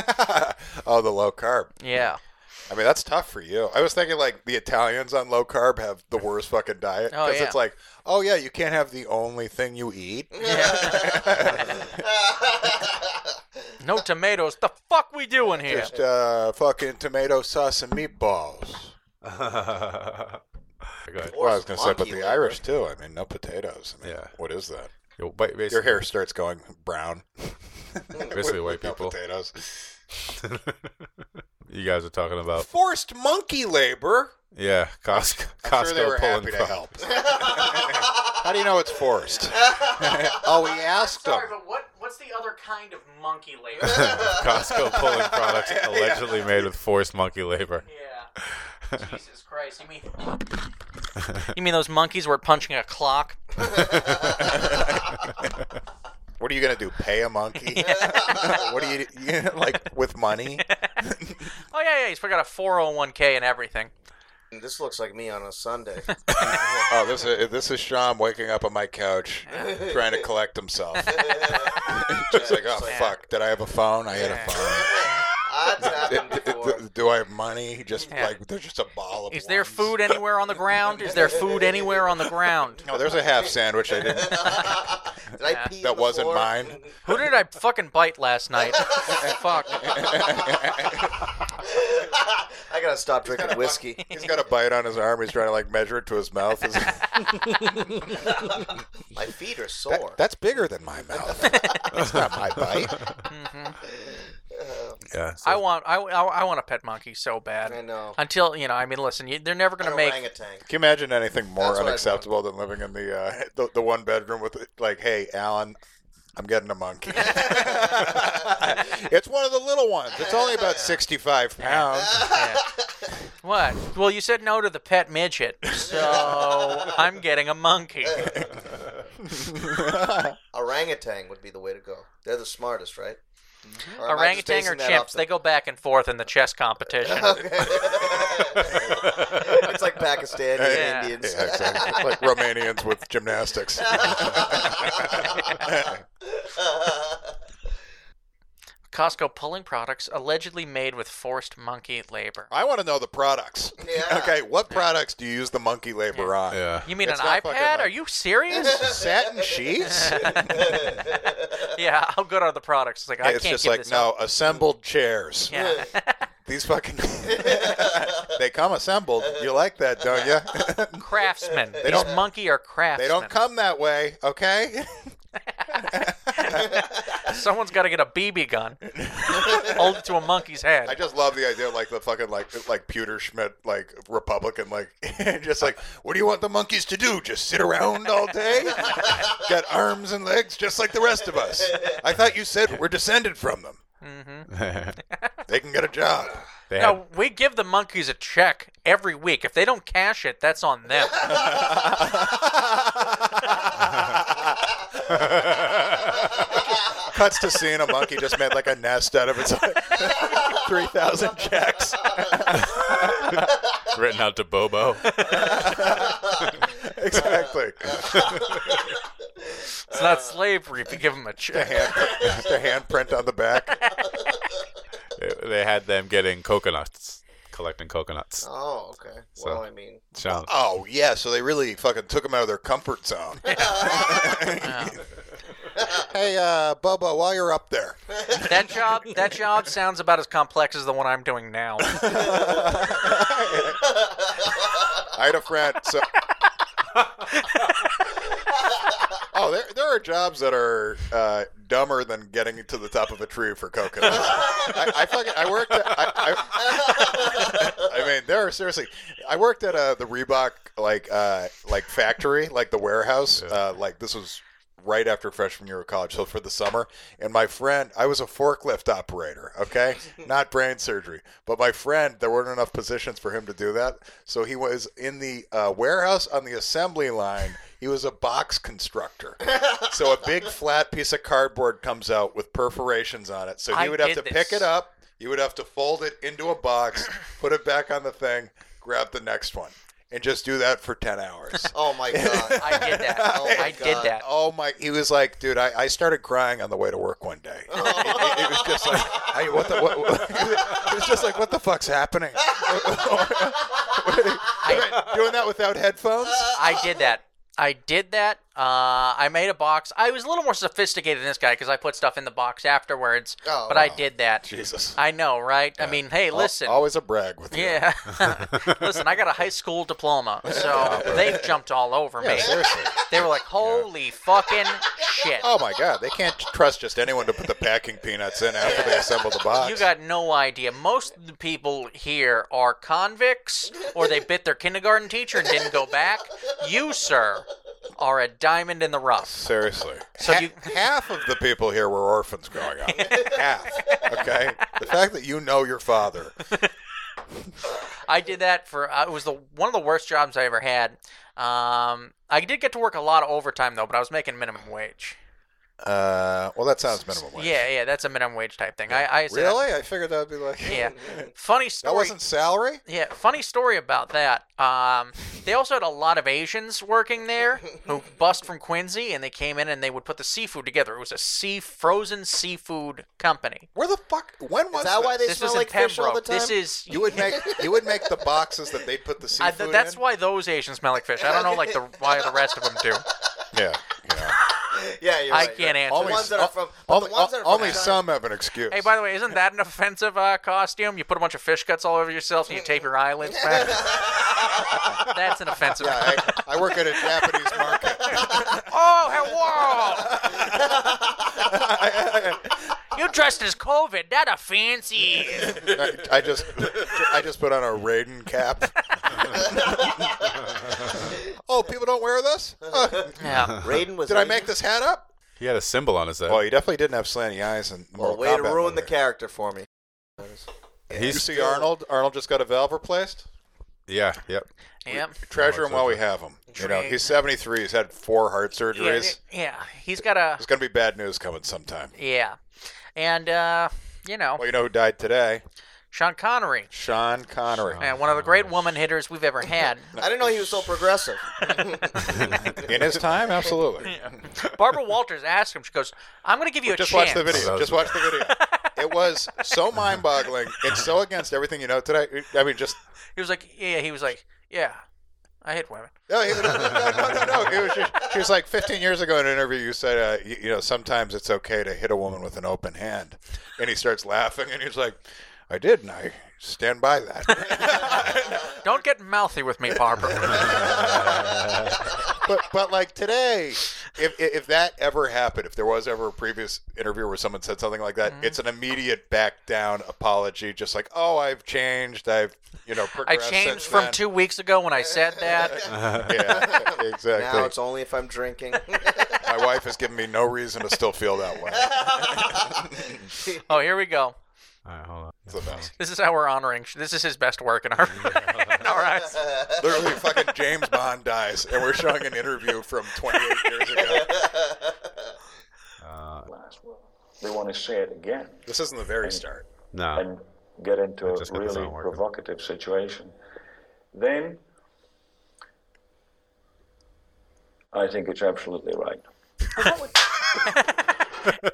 Speaker 2: oh, the low carb. [LAUGHS]
Speaker 1: Yeah. [LAUGHS]
Speaker 2: I mean, that's tough for you. I was thinking like the Italians on low carb have the worst fucking diet
Speaker 1: Oh, yeah.
Speaker 2: it's like, oh yeah, you can't have the only thing you eat.
Speaker 1: No tomatoes. The fuck we doing here?
Speaker 2: Just uh, fucking tomato sauce and meatballs.
Speaker 4: Go ahead.
Speaker 2: Well, I was gonna say, but
Speaker 5: monkey
Speaker 2: the
Speaker 5: liver.
Speaker 2: Irish too. I mean, no potatoes. I mean,
Speaker 4: Yeah.
Speaker 2: What is that?
Speaker 4: Yo, ba- basically,
Speaker 2: Your hair starts going brown.
Speaker 4: [LAUGHS] basically white
Speaker 2: No
Speaker 4: people.
Speaker 2: potatoes.
Speaker 4: [LAUGHS] You guys are talking about
Speaker 2: Forced monkey labor.
Speaker 4: yeah, Costco.
Speaker 2: [LAUGHS] I'm
Speaker 4: Costco
Speaker 2: sure they were
Speaker 4: pulling
Speaker 2: happy to
Speaker 4: from-
Speaker 2: help. [LAUGHS]
Speaker 4: [LAUGHS]
Speaker 2: How do you know it's forced? [LAUGHS] oh, we asked them.
Speaker 1: but what? What's the other kind of monkey labor?
Speaker 4: Costco pulling
Speaker 2: [LAUGHS]
Speaker 4: products allegedly made with forced monkey labor.
Speaker 1: Yeah. Jesus Christ. You mean You mean those monkeys were punching a clock?
Speaker 2: What are you gonna do? Pay a
Speaker 4: [LAUGHS]
Speaker 2: monkey? what are you, you like with money?
Speaker 1: Oh yeah, yeah, he's got a 401k and everything.
Speaker 5: Mm, This looks like me on a Sunday. [LAUGHS]
Speaker 2: Oh, this is this is Sham waking up on my couch, trying to collect himself. [LAUGHS]
Speaker 4: [LAUGHS]
Speaker 2: Just like, oh fuck, did I have a phone? I had a phone.
Speaker 5: That's happened
Speaker 2: It-
Speaker 5: before. [LAUGHS]
Speaker 2: it- do I have money? Just like there's just a ball of.
Speaker 1: Is there
Speaker 2: ones.
Speaker 1: food anywhere on the ground? Is there food anywhere on the ground?
Speaker 2: No, Oh, there's a half sandwich I
Speaker 5: [LAUGHS]
Speaker 2: didn't. [LAUGHS]
Speaker 5: Did I pee on
Speaker 2: That
Speaker 5: the
Speaker 2: wasn't
Speaker 5: floor?
Speaker 2: mine. [LAUGHS]
Speaker 1: Who did I fucking bite last night? Fuck.
Speaker 5: [LAUGHS] I gotta stop drinking whiskey.
Speaker 2: He's got a bite on his arm. He's trying to like measure it to his mouth. Is-
Speaker 5: My feet are
Speaker 2: that-
Speaker 5: sore.
Speaker 2: that's bigger than my mouth. That's not my bite.
Speaker 4: Yeah, so
Speaker 1: I Mm-hmm. want I, I, I want a pet monkey so bad.
Speaker 5: I know.
Speaker 1: Until, you know, I mean, listen, you, they're never going to make
Speaker 5: orangutan.
Speaker 2: Can you imagine anything more
Speaker 5: That's what I
Speaker 2: unacceptable than living in the, uh, the the one bedroom with like, hey, Alan, I'm getting a monkey. [LAUGHS] it's one of the little ones. It's only about 65
Speaker 5: [LAUGHS]
Speaker 2: pounds.
Speaker 1: Yeah. What? Well, you said no to the pet midget, so I'm getting a monkey.
Speaker 5: [LAUGHS] Orangutan would be the way to go. They're the smartest, right? Or am I just
Speaker 1: Mm-hmm. Orangutan or
Speaker 5: basing that
Speaker 1: chimps,
Speaker 5: off
Speaker 1: they go back and forth in the chess
Speaker 2: [LAUGHS]
Speaker 1: competition.
Speaker 5: [LAUGHS] the- [LAUGHS] it's like Pakistani
Speaker 1: Yeah.
Speaker 5: Indians.
Speaker 2: Yeah, exactly. like Romanians with [LAUGHS] gymnastics.
Speaker 1: Costco pulling products allegedly made with forced monkey labor.
Speaker 2: I want to know the products.
Speaker 5: Yeah.
Speaker 2: Okay, what products do you use the monkey labor on?
Speaker 4: yeah.
Speaker 1: You mean an
Speaker 2: It's not
Speaker 1: iPad?
Speaker 2: fucking like-
Speaker 1: Are you
Speaker 2: [LAUGHS]
Speaker 1: serious?
Speaker 2: Satin sheets?
Speaker 1: yeah, how good are the products? It's like [LAUGHS] I
Speaker 2: it's
Speaker 1: can't
Speaker 2: just
Speaker 1: give
Speaker 2: like
Speaker 1: this
Speaker 2: no
Speaker 1: up.
Speaker 2: assembled chairs.
Speaker 1: Yeah.
Speaker 2: [LAUGHS] These fucking they come assembled. You like that, don't
Speaker 1: [LAUGHS]
Speaker 2: you?
Speaker 1: [LAUGHS] craftsmen. These
Speaker 2: don't-
Speaker 1: monkey are craftsmen.
Speaker 2: They don't come that way, okay?
Speaker 1: [LAUGHS] Someone's got to get a BB gun,
Speaker 2: [LAUGHS]
Speaker 1: hold it to a monkey's head.
Speaker 2: I just love the idea of like the fucking like like Peter Schmidt like Republican like [LAUGHS] just like what do you want the monkeys to do? Just sit around all day? Got arms and legs just like the rest of us. I thought you said we're descended from them. They can get a job.
Speaker 4: [LAUGHS]
Speaker 2: [LAUGHS]
Speaker 4: They had-
Speaker 1: No, we give the monkeys a check every week. If they don't cash it, that's on them.
Speaker 2: Cuts to seeing a monkey just made like a nest out of its [LAUGHS] three thousand checks.
Speaker 4: [LAUGHS] written out to
Speaker 2: [LAUGHS]
Speaker 4: Bobo.
Speaker 2: exactly.
Speaker 1: It's
Speaker 2: [LAUGHS]
Speaker 1: not slavery if you give them a check.
Speaker 2: Just a handprint on the back.
Speaker 4: they had them getting coconuts, collecting coconuts.
Speaker 5: [LAUGHS] Oh, okay.
Speaker 4: So-
Speaker 5: Well, I mean,
Speaker 4: Sean,
Speaker 2: Oh yeah, so they really fucking took him out of their comfort zone. hey, uh, Bubba, while you're up there,
Speaker 1: That job, that job sounds about as complex as the one I'm doing now.
Speaker 2: I had a friend. So... oh, there there are jobs that are uh, dumber than getting to the top of a tree for coconuts. I, I fucking I worked. At, I, I, I mean, there are seriously. I worked at uh, the Reebok like uh, like factory, like the warehouse. Uh, like this was right after freshman year of college, so for the summer. And my friend, I was a forklift operator,
Speaker 1: [LAUGHS]
Speaker 2: okay? Not brain surgery. But my friend, there weren't enough positions for him to do that. So he was in the uh, warehouse on the assembly line. He was a box
Speaker 1: [LAUGHS]
Speaker 2: constructor. so a big flat piece of cardboard comes out with perforations on it. So he
Speaker 1: I
Speaker 2: would have to
Speaker 1: did
Speaker 2: pick
Speaker 1: this.
Speaker 2: it up, you would have to fold it into a box, put it back on the thing, grab the next one. And just do that for
Speaker 1: [LAUGHS]
Speaker 2: 10 hours.
Speaker 5: oh my god.
Speaker 1: I did that.
Speaker 5: [LAUGHS] Oh my
Speaker 1: I did
Speaker 5: God.
Speaker 1: that.
Speaker 2: Oh my! He was like, dude, I, I started crying on the way to work one
Speaker 5: [LAUGHS]
Speaker 2: day.
Speaker 5: Oh.
Speaker 2: It, it- it was just like, I, what the? What, [LAUGHS] what- it was just like, what the fuck's happening? What are they- doing that without headphones?
Speaker 5: Uh,
Speaker 1: I did that. I did that. Uh, I made a box. I was a little more sophisticated than this guy because I put stuff in the box afterwards.
Speaker 5: Oh,
Speaker 1: but I did that.
Speaker 2: Jesus.
Speaker 1: I know, right? I mean, hey, listen. [LAUGHS]
Speaker 2: Al- always a brag with you. [LAUGHS]
Speaker 1: Yeah. Listen, I got a high school diploma,
Speaker 2: [LAUGHS]
Speaker 1: so they've jumped all over me.
Speaker 2: Seriously.
Speaker 1: They were like, holy fucking shit.
Speaker 2: Oh my God! They can't trust just anyone to put the packing peanuts in after they assemble the box.
Speaker 1: You got no idea. Most of the people here are convicts, or they bit their kindergarten teacher and didn't go back. You, sir, are a diamond in the rough.
Speaker 2: Seriously.
Speaker 1: So
Speaker 2: Ha-
Speaker 1: you-
Speaker 2: half of the people here were orphans growing
Speaker 1: [LAUGHS]
Speaker 2: up. half. Okay. The fact that you know your father.
Speaker 1: I did that for uh, it was the one of the worst jobs I ever had. Um, I did get to work a lot of overtime though, but I was making minimum wage.
Speaker 2: Uh, well, that sounds minimum wage.
Speaker 1: Yeah, yeah, that's a minimum wage type thing. I, I said,
Speaker 2: Really? I figured that'd be like
Speaker 1: Yeah. Funny story.
Speaker 2: [LAUGHS] That wasn't salary.
Speaker 1: Yeah, funny story about that. Um, they also had a lot of Asians working there
Speaker 5: [LAUGHS]
Speaker 1: who bust from Quincy, and they came in and they would put the seafood together. It was a sea frozen seafood company.
Speaker 2: Where the fuck? When was
Speaker 5: Is that why they
Speaker 1: This
Speaker 5: smell
Speaker 1: was in
Speaker 5: like fish all the
Speaker 1: Pembroke.
Speaker 5: time?
Speaker 1: This is
Speaker 2: [LAUGHS] You would make you would make the boxes that they put the
Speaker 1: I,
Speaker 2: seafood
Speaker 1: th- that's
Speaker 2: in.
Speaker 1: why those Asians smell like fish. I don't know like
Speaker 5: [LAUGHS]
Speaker 1: the why the rest of them do.
Speaker 2: Yeah. yeah.
Speaker 5: yeah, you're
Speaker 1: I
Speaker 5: right,
Speaker 1: can't
Speaker 5: you're
Speaker 1: answer.
Speaker 5: right.
Speaker 1: that.
Speaker 5: The ones that are from, but
Speaker 2: Only,
Speaker 5: the ones that are from
Speaker 2: only
Speaker 5: China-
Speaker 2: some have an excuse.
Speaker 1: Hey, by the way, isn't that an offensive uh, costume? You put a bunch of fish guts all over yourself and you tape your eyelids back.
Speaker 5: [LAUGHS]
Speaker 1: That's an offensive.
Speaker 2: yeah, I, I work at a Japanese
Speaker 5: [LAUGHS]
Speaker 2: market.
Speaker 1: Oh, hello! [LAUGHS] you dressed as COVID. That offensive.
Speaker 2: I, I just I just put on a Raiden
Speaker 5: [LAUGHS]
Speaker 2: cap. oh, people don't wear
Speaker 5: [LAUGHS]
Speaker 2: this? Huh.
Speaker 1: Yeah.
Speaker 5: Raiden was.
Speaker 2: did I make this hat up?
Speaker 4: he had a symbol on his head.
Speaker 2: Well, you definitely didn't have slanty eyes and
Speaker 5: Well, way to ruin the character for me.
Speaker 2: You
Speaker 4: He's
Speaker 2: see Arnold? Arnold just got a valve replaced.
Speaker 4: yeah, yep.
Speaker 1: Yep.
Speaker 2: Treasure him while we have him. You know, he's 73. He's had four heart
Speaker 1: Yeah,
Speaker 2: surgeries.
Speaker 1: yeah. He's got a
Speaker 2: There's going to be bad news coming sometime.
Speaker 1: yeah, and uh, you know
Speaker 2: Well, you know who died today?
Speaker 1: Sean Connery,
Speaker 2: Sean Connery.
Speaker 1: yeah, one of the great woman hitters we've ever had.
Speaker 5: I didn't know he was so progressive.
Speaker 2: [LAUGHS] In his time, absolutely.
Speaker 4: [LAUGHS]
Speaker 1: Barbara Walters asked him. She goes, "I'm going to give you a
Speaker 2: Just
Speaker 1: chance."
Speaker 2: watch the video.
Speaker 4: Oh, that
Speaker 2: Just watch
Speaker 4: was-
Speaker 1: [LAUGHS]
Speaker 2: the video. It was so mind-boggling. It's so against everything you know today. I mean, just
Speaker 1: He was like, "Yeah." He was like, "Yeah, I hit women."
Speaker 2: No, he- no, no, no, no, no. It was just, she was like 15 years ago in an interview. You said, uh, you, you know, sometimes it's okay to hit a woman with an open hand, and he starts laughing, and he's like, "I did, and I stand by that." [LAUGHS]
Speaker 1: Don't get mouthy with me, Barbara.
Speaker 2: but but like today, if if that ever happened, if there was ever a previous interview where someone said something like
Speaker 1: Mm-hmm.
Speaker 2: that, it's an immediate back down apology, just like, oh, I've changed, I've you know,
Speaker 1: I
Speaker 2: progressed
Speaker 1: changed
Speaker 2: since
Speaker 1: from
Speaker 2: then."
Speaker 1: two weeks ago when I said that.
Speaker 2: [LAUGHS] Yeah,
Speaker 5: Now
Speaker 2: exactly.
Speaker 5: it's only if I'm
Speaker 2: [LAUGHS]
Speaker 5: drinking. [LAUGHS]
Speaker 2: My wife has given me no reason to still feel that way.
Speaker 5: Uh,
Speaker 1: oh, here we go.
Speaker 4: All right, hold on.
Speaker 2: It's the best.
Speaker 1: This is how we're honoring. This is his best work in
Speaker 4: [LAUGHS]
Speaker 1: our. in our eyes.
Speaker 2: Literally, fucking James Bond dies, and we're showing an interview from 28 years ago.
Speaker 6: last one. They want to say it again
Speaker 2: This isn't the very start.
Speaker 4: No.
Speaker 6: and get into
Speaker 4: I
Speaker 6: a
Speaker 4: just got this
Speaker 6: really
Speaker 4: on working.
Speaker 6: provocative situation. Then I think it's absolutely right.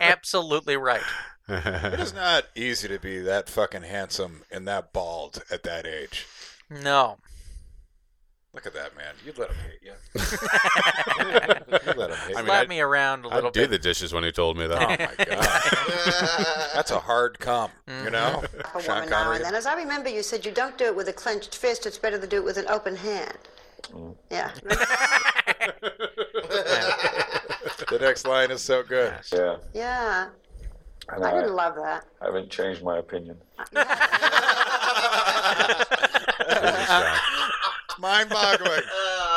Speaker 1: Absolutely right.
Speaker 2: It is not easy to be that fucking handsome and that bald at that age.
Speaker 1: No.
Speaker 2: Look at that man. You'd let him hate you. You'd let him hate
Speaker 4: I mean,
Speaker 1: Slap
Speaker 4: I'd-
Speaker 1: me around a
Speaker 4: I
Speaker 1: little
Speaker 4: do
Speaker 1: bit.
Speaker 4: the dishes when he told me
Speaker 2: you.
Speaker 1: [LAUGHS]
Speaker 2: Oh
Speaker 4: that.
Speaker 2: my god.
Speaker 7: [LAUGHS]
Speaker 2: That's a hard come, you know?
Speaker 7: a woman now and then. As I remember, you said you don't do it with a clenched fist. It's better to do it with an open hand. Yeah. [LAUGHS]
Speaker 2: The next line is so good.
Speaker 6: Yeah,
Speaker 7: yeah.
Speaker 6: and
Speaker 7: I
Speaker 6: I,
Speaker 7: didn't love that.
Speaker 6: haven't changed my opinion.
Speaker 2: It's mind
Speaker 7: [LAUGHS]
Speaker 2: boggling.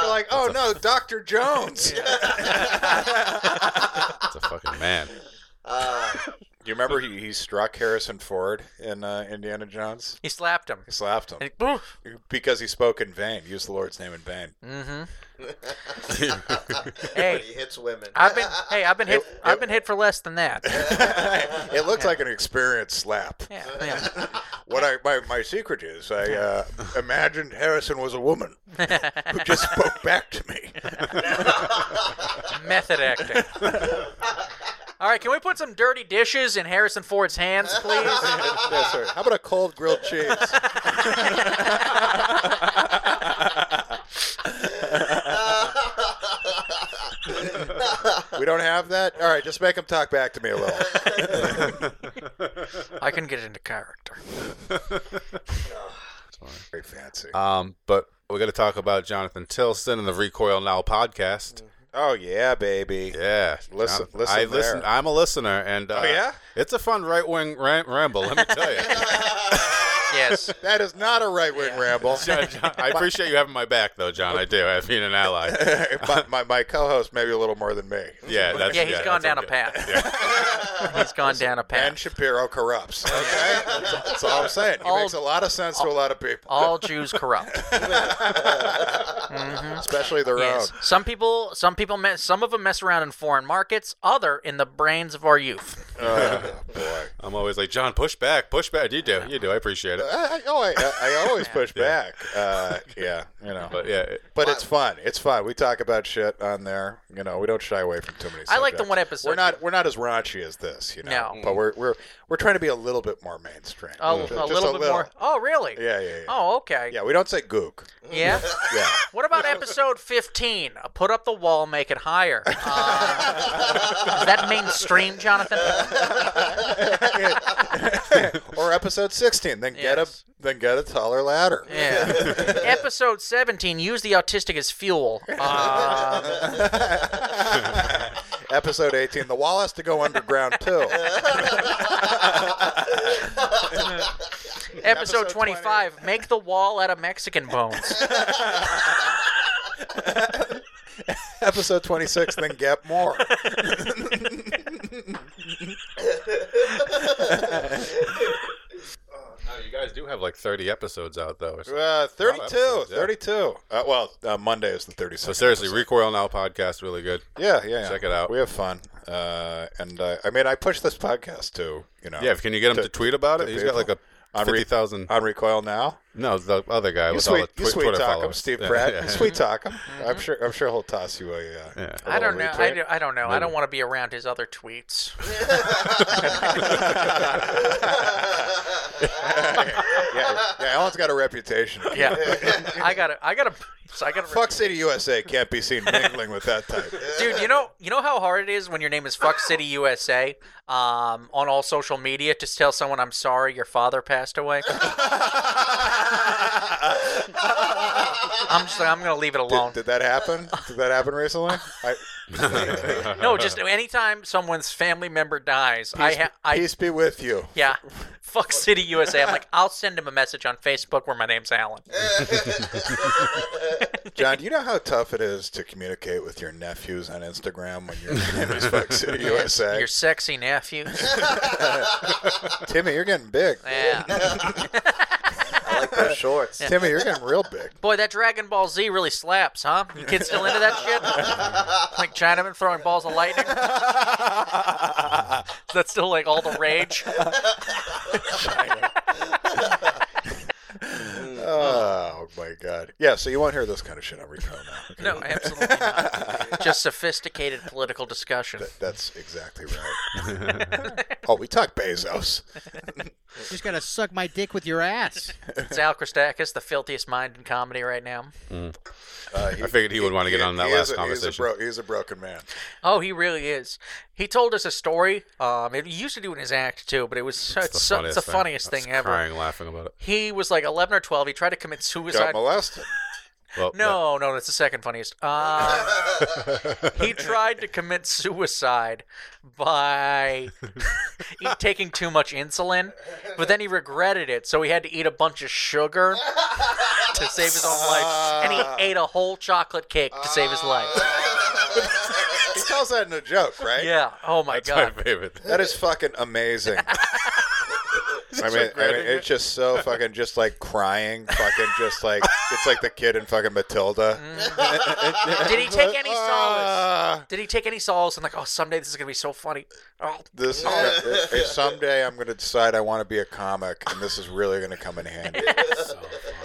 Speaker 2: You're like, oh no, Dr. Jones.
Speaker 4: That's a fucking man.
Speaker 2: You remember he, he struck Harrison Ford in uh, Indiana Jones?
Speaker 1: [LAUGHS] He slapped him.
Speaker 2: He slapped him
Speaker 1: And he- oof.
Speaker 2: because he spoke in vain, used the Lord's name in
Speaker 7: [LAUGHS]
Speaker 2: vain.
Speaker 1: Mm-hmm.
Speaker 5: he
Speaker 1: Hey,
Speaker 5: hits women.
Speaker 1: I've
Speaker 5: [LAUGHS]
Speaker 1: been [LAUGHS] hey, I've been hit. I've been hit for less than
Speaker 4: [LAUGHS]
Speaker 1: that.
Speaker 2: it looked like an experienced slap.
Speaker 1: Yeah, yeah.
Speaker 2: What I my, my secret is, [LAUGHS] I uh, imagined Harrison was a woman who just spoke back to [LAUGHS] me.
Speaker 1: [LAUGHS] Method acting. All right, can we put some dirty dishes in Harrison Ford's hands, please? [LAUGHS]
Speaker 2: yes, sir. How about a cold grilled cheese? we don't have that. All right, just make him talk back to me a [LAUGHS] little.
Speaker 1: I can get into character.
Speaker 2: Very fancy.
Speaker 4: Um, but we're gonna talk about Jonathan Tilson and the Recoil Now podcast.
Speaker 2: oh yeah, baby.
Speaker 4: Yeah,
Speaker 2: Listen-
Speaker 4: Jon-
Speaker 2: listen
Speaker 4: I listen.
Speaker 2: there. Oh,
Speaker 4: I'm a listener, and uh,
Speaker 2: yeah?
Speaker 4: it's a fun right wing ram-
Speaker 2: [LAUGHS]
Speaker 4: ramble. Let me tell you.
Speaker 1: Yes.
Speaker 2: That is not a right wing [LAUGHS] ramble.
Speaker 4: John, John, I appreciate you having my back, though, John. I do. I've been
Speaker 2: [LAUGHS]
Speaker 4: an ally.
Speaker 2: my, my, my co-host maybe a little more than me.
Speaker 4: Yeah, that's
Speaker 1: Yeah, he's
Speaker 4: yeah,
Speaker 1: gone
Speaker 4: that's
Speaker 1: down a
Speaker 4: okay.
Speaker 1: path. he's gone down a
Speaker 2: Ben
Speaker 1: path.
Speaker 2: Shapiro [LAUGHS] corrupts. Okay, that's, that's all I'm saying. He
Speaker 1: All-
Speaker 2: makes a lot of sense to a lot of people,
Speaker 1: All Jews corrupt.
Speaker 2: especially their
Speaker 1: Yes.
Speaker 2: [LAUGHS] own.
Speaker 1: Some people, some people, mess, some of them mess around in foreign markets. Other in the brains of our youth.
Speaker 2: Oh, Boy.
Speaker 4: I'm always like, John, push back, push back. You do, you do. I appreciate it.
Speaker 2: I, I, oh, I, I I [LAUGHS] always push back. Uh, yeah, you know.
Speaker 4: But yeah, it-
Speaker 2: But it's fun. It's fun. We talk about shit on there. You know, we don't shy away from too many.
Speaker 1: I like the
Speaker 2: subjects.
Speaker 1: one episode-
Speaker 2: We're not we're not as raunchy as this, you know.
Speaker 1: No.
Speaker 2: But we're we're we're trying to be a little bit more mainstream.
Speaker 1: A, Mm. a
Speaker 2: Just- just
Speaker 1: little bit more. Oh, really?
Speaker 2: Yeah, yeah, yeah.
Speaker 1: Oh, okay.
Speaker 2: Yeah, we don't say gook.
Speaker 1: [LAUGHS] Yeah.
Speaker 2: Yeah.
Speaker 1: What about episode 15? Put up the wall, make it [LAUGHS] higher. Uh, is that mainstream, [LAUGHS] Jonathan?
Speaker 2: or episode sixteen. Then get a
Speaker 1: Yes.
Speaker 2: then get a taller ladder.
Speaker 1: Yeah. episode 17, use the autistic as fuel. Uh,
Speaker 2: [LAUGHS] Episode 18. The wall has to go underground, too.
Speaker 1: [LAUGHS] [LAUGHS] episode 25, make the wall out of Mexican bones.
Speaker 2: Episode 26. Then get more.
Speaker 1: [LAUGHS]
Speaker 4: no, you guys do have like 30 episodes out, though. or something.
Speaker 2: Uh, 32.
Speaker 4: episodes, yeah.
Speaker 2: 32. Uh, well, uh, Monday is the 36th.
Speaker 4: So seriously, Recoil Now podcast really good.
Speaker 2: Yeah, yeah, yeah.
Speaker 4: Check it out.
Speaker 2: We have fun. Uh, and uh, I mean, I push this podcast to, you know.
Speaker 4: Yeah, can you get him to, tweet about it?
Speaker 2: to
Speaker 4: He's got like a
Speaker 2: people. On re-
Speaker 4: 50,000.
Speaker 2: on recoil now.
Speaker 4: No, the other guy
Speaker 2: You
Speaker 4: with all
Speaker 2: sweet,
Speaker 4: the
Speaker 2: you
Speaker 4: twi-
Speaker 2: sweet
Speaker 4: Twitter
Speaker 2: talk him,
Speaker 4: followers.
Speaker 2: Steve
Speaker 4: Yeah,
Speaker 2: [LAUGHS] Pratt.
Speaker 4: yeah.
Speaker 2: You sweet talk him. I'm sure. I'm sure he'll toss you a. Uh,
Speaker 4: Yeah.
Speaker 2: [LAUGHS] a
Speaker 1: I don't
Speaker 2: little
Speaker 1: know. I,
Speaker 2: retweet.
Speaker 1: do, I don't know. I don't want to be around his other tweets.
Speaker 2: yeah, yeah. Alan's got a [LAUGHS] reputation.
Speaker 1: Yeah. I got to I got to I got to
Speaker 2: Fuck City USA can't be seen mingling with that [LAUGHS] type.
Speaker 1: Dude, you know you know how hard it is when your name is Fuck City USA um, on all social media to tell someone I'm sorry your father passed away. I'm just like, I'm gonna leave it alone.
Speaker 2: [LAUGHS] Did, did that happen? Did that happen recently? [LAUGHS] I,
Speaker 1: no, just anytime someone's family member dies, I
Speaker 2: peace,
Speaker 1: ha- I
Speaker 2: peace be with you.
Speaker 1: yeah, fuck City USA. I'm like, I'll send him a message on Facebook where my name's Alan.
Speaker 2: John, do you know how tough it is to communicate with your nephews on Instagram when you're in his fuck
Speaker 4: [LAUGHS]
Speaker 2: City, USA?
Speaker 1: Your sexy nephews.
Speaker 2: Timmy, you're getting big.
Speaker 1: Yeah.
Speaker 5: I like those [LAUGHS] shorts.
Speaker 2: [LAUGHS] Timmy, you're getting real big.
Speaker 1: Boy, that Dragon Ball Z really slaps, huh? You kids still into that
Speaker 2: [LAUGHS]
Speaker 1: shit? like Chinaman throwing balls of lightning? That's still like all the [LAUGHS] rage.
Speaker 2: Oh my god. Yeah, so you won't hear this kind of shit every time now. Okay.
Speaker 1: No, absolutely not. Just sophisticated political discussion.
Speaker 2: That's exactly right.
Speaker 4: [LAUGHS]
Speaker 2: oh, we talk Bezos.
Speaker 8: Just gotta suck my dick with your ass.
Speaker 1: It's Al Christakis, the filthiest mind in comedy right now.
Speaker 2: Uh, he,
Speaker 4: I figured he [LAUGHS] would want to get on that
Speaker 2: he is
Speaker 4: last
Speaker 2: a, He's a,
Speaker 4: conversation.
Speaker 2: bro- he's a broken man.
Speaker 1: Oh, he really is. He told us a story. Um, it- he used to do it in his act too, but it was so, it's, so- it's the funniest
Speaker 4: I
Speaker 1: thing
Speaker 4: was
Speaker 1: ever.
Speaker 4: Crying, laughing about it.
Speaker 1: He was like 11 or 12. He tried to commit
Speaker 2: Got
Speaker 1: suicide.
Speaker 2: molested.
Speaker 4: Well,
Speaker 1: No, no, that's the second funniest. Um,
Speaker 2: [LAUGHS]
Speaker 1: he tried to commit suicide
Speaker 2: [LAUGHS]
Speaker 1: by eat, taking too much insulin, but then he regretted it, so he had to eat a bunch of sugar to save his own life, and
Speaker 2: Ah.
Speaker 1: he ate a whole chocolate cake to save his life.
Speaker 2: he tells that in a joke, right?
Speaker 1: Yeah. Oh my
Speaker 4: that's
Speaker 1: god.
Speaker 4: my favorite.
Speaker 2: That is fucking amazing. I mean, I mean, it's just so fucking just like crying, fucking just like it's like the kid in fucking Matilda.
Speaker 1: Did
Speaker 2: [LAUGHS]
Speaker 1: he take any solace?
Speaker 2: Ah,
Speaker 1: Did he take any solace and like, oh, someday this is gonna be so funny? Oh,
Speaker 2: this is gonna- hey, someday I'm gonna decide I want to be a comic, and this is really gonna come
Speaker 1: [LAUGHS]
Speaker 2: in handy.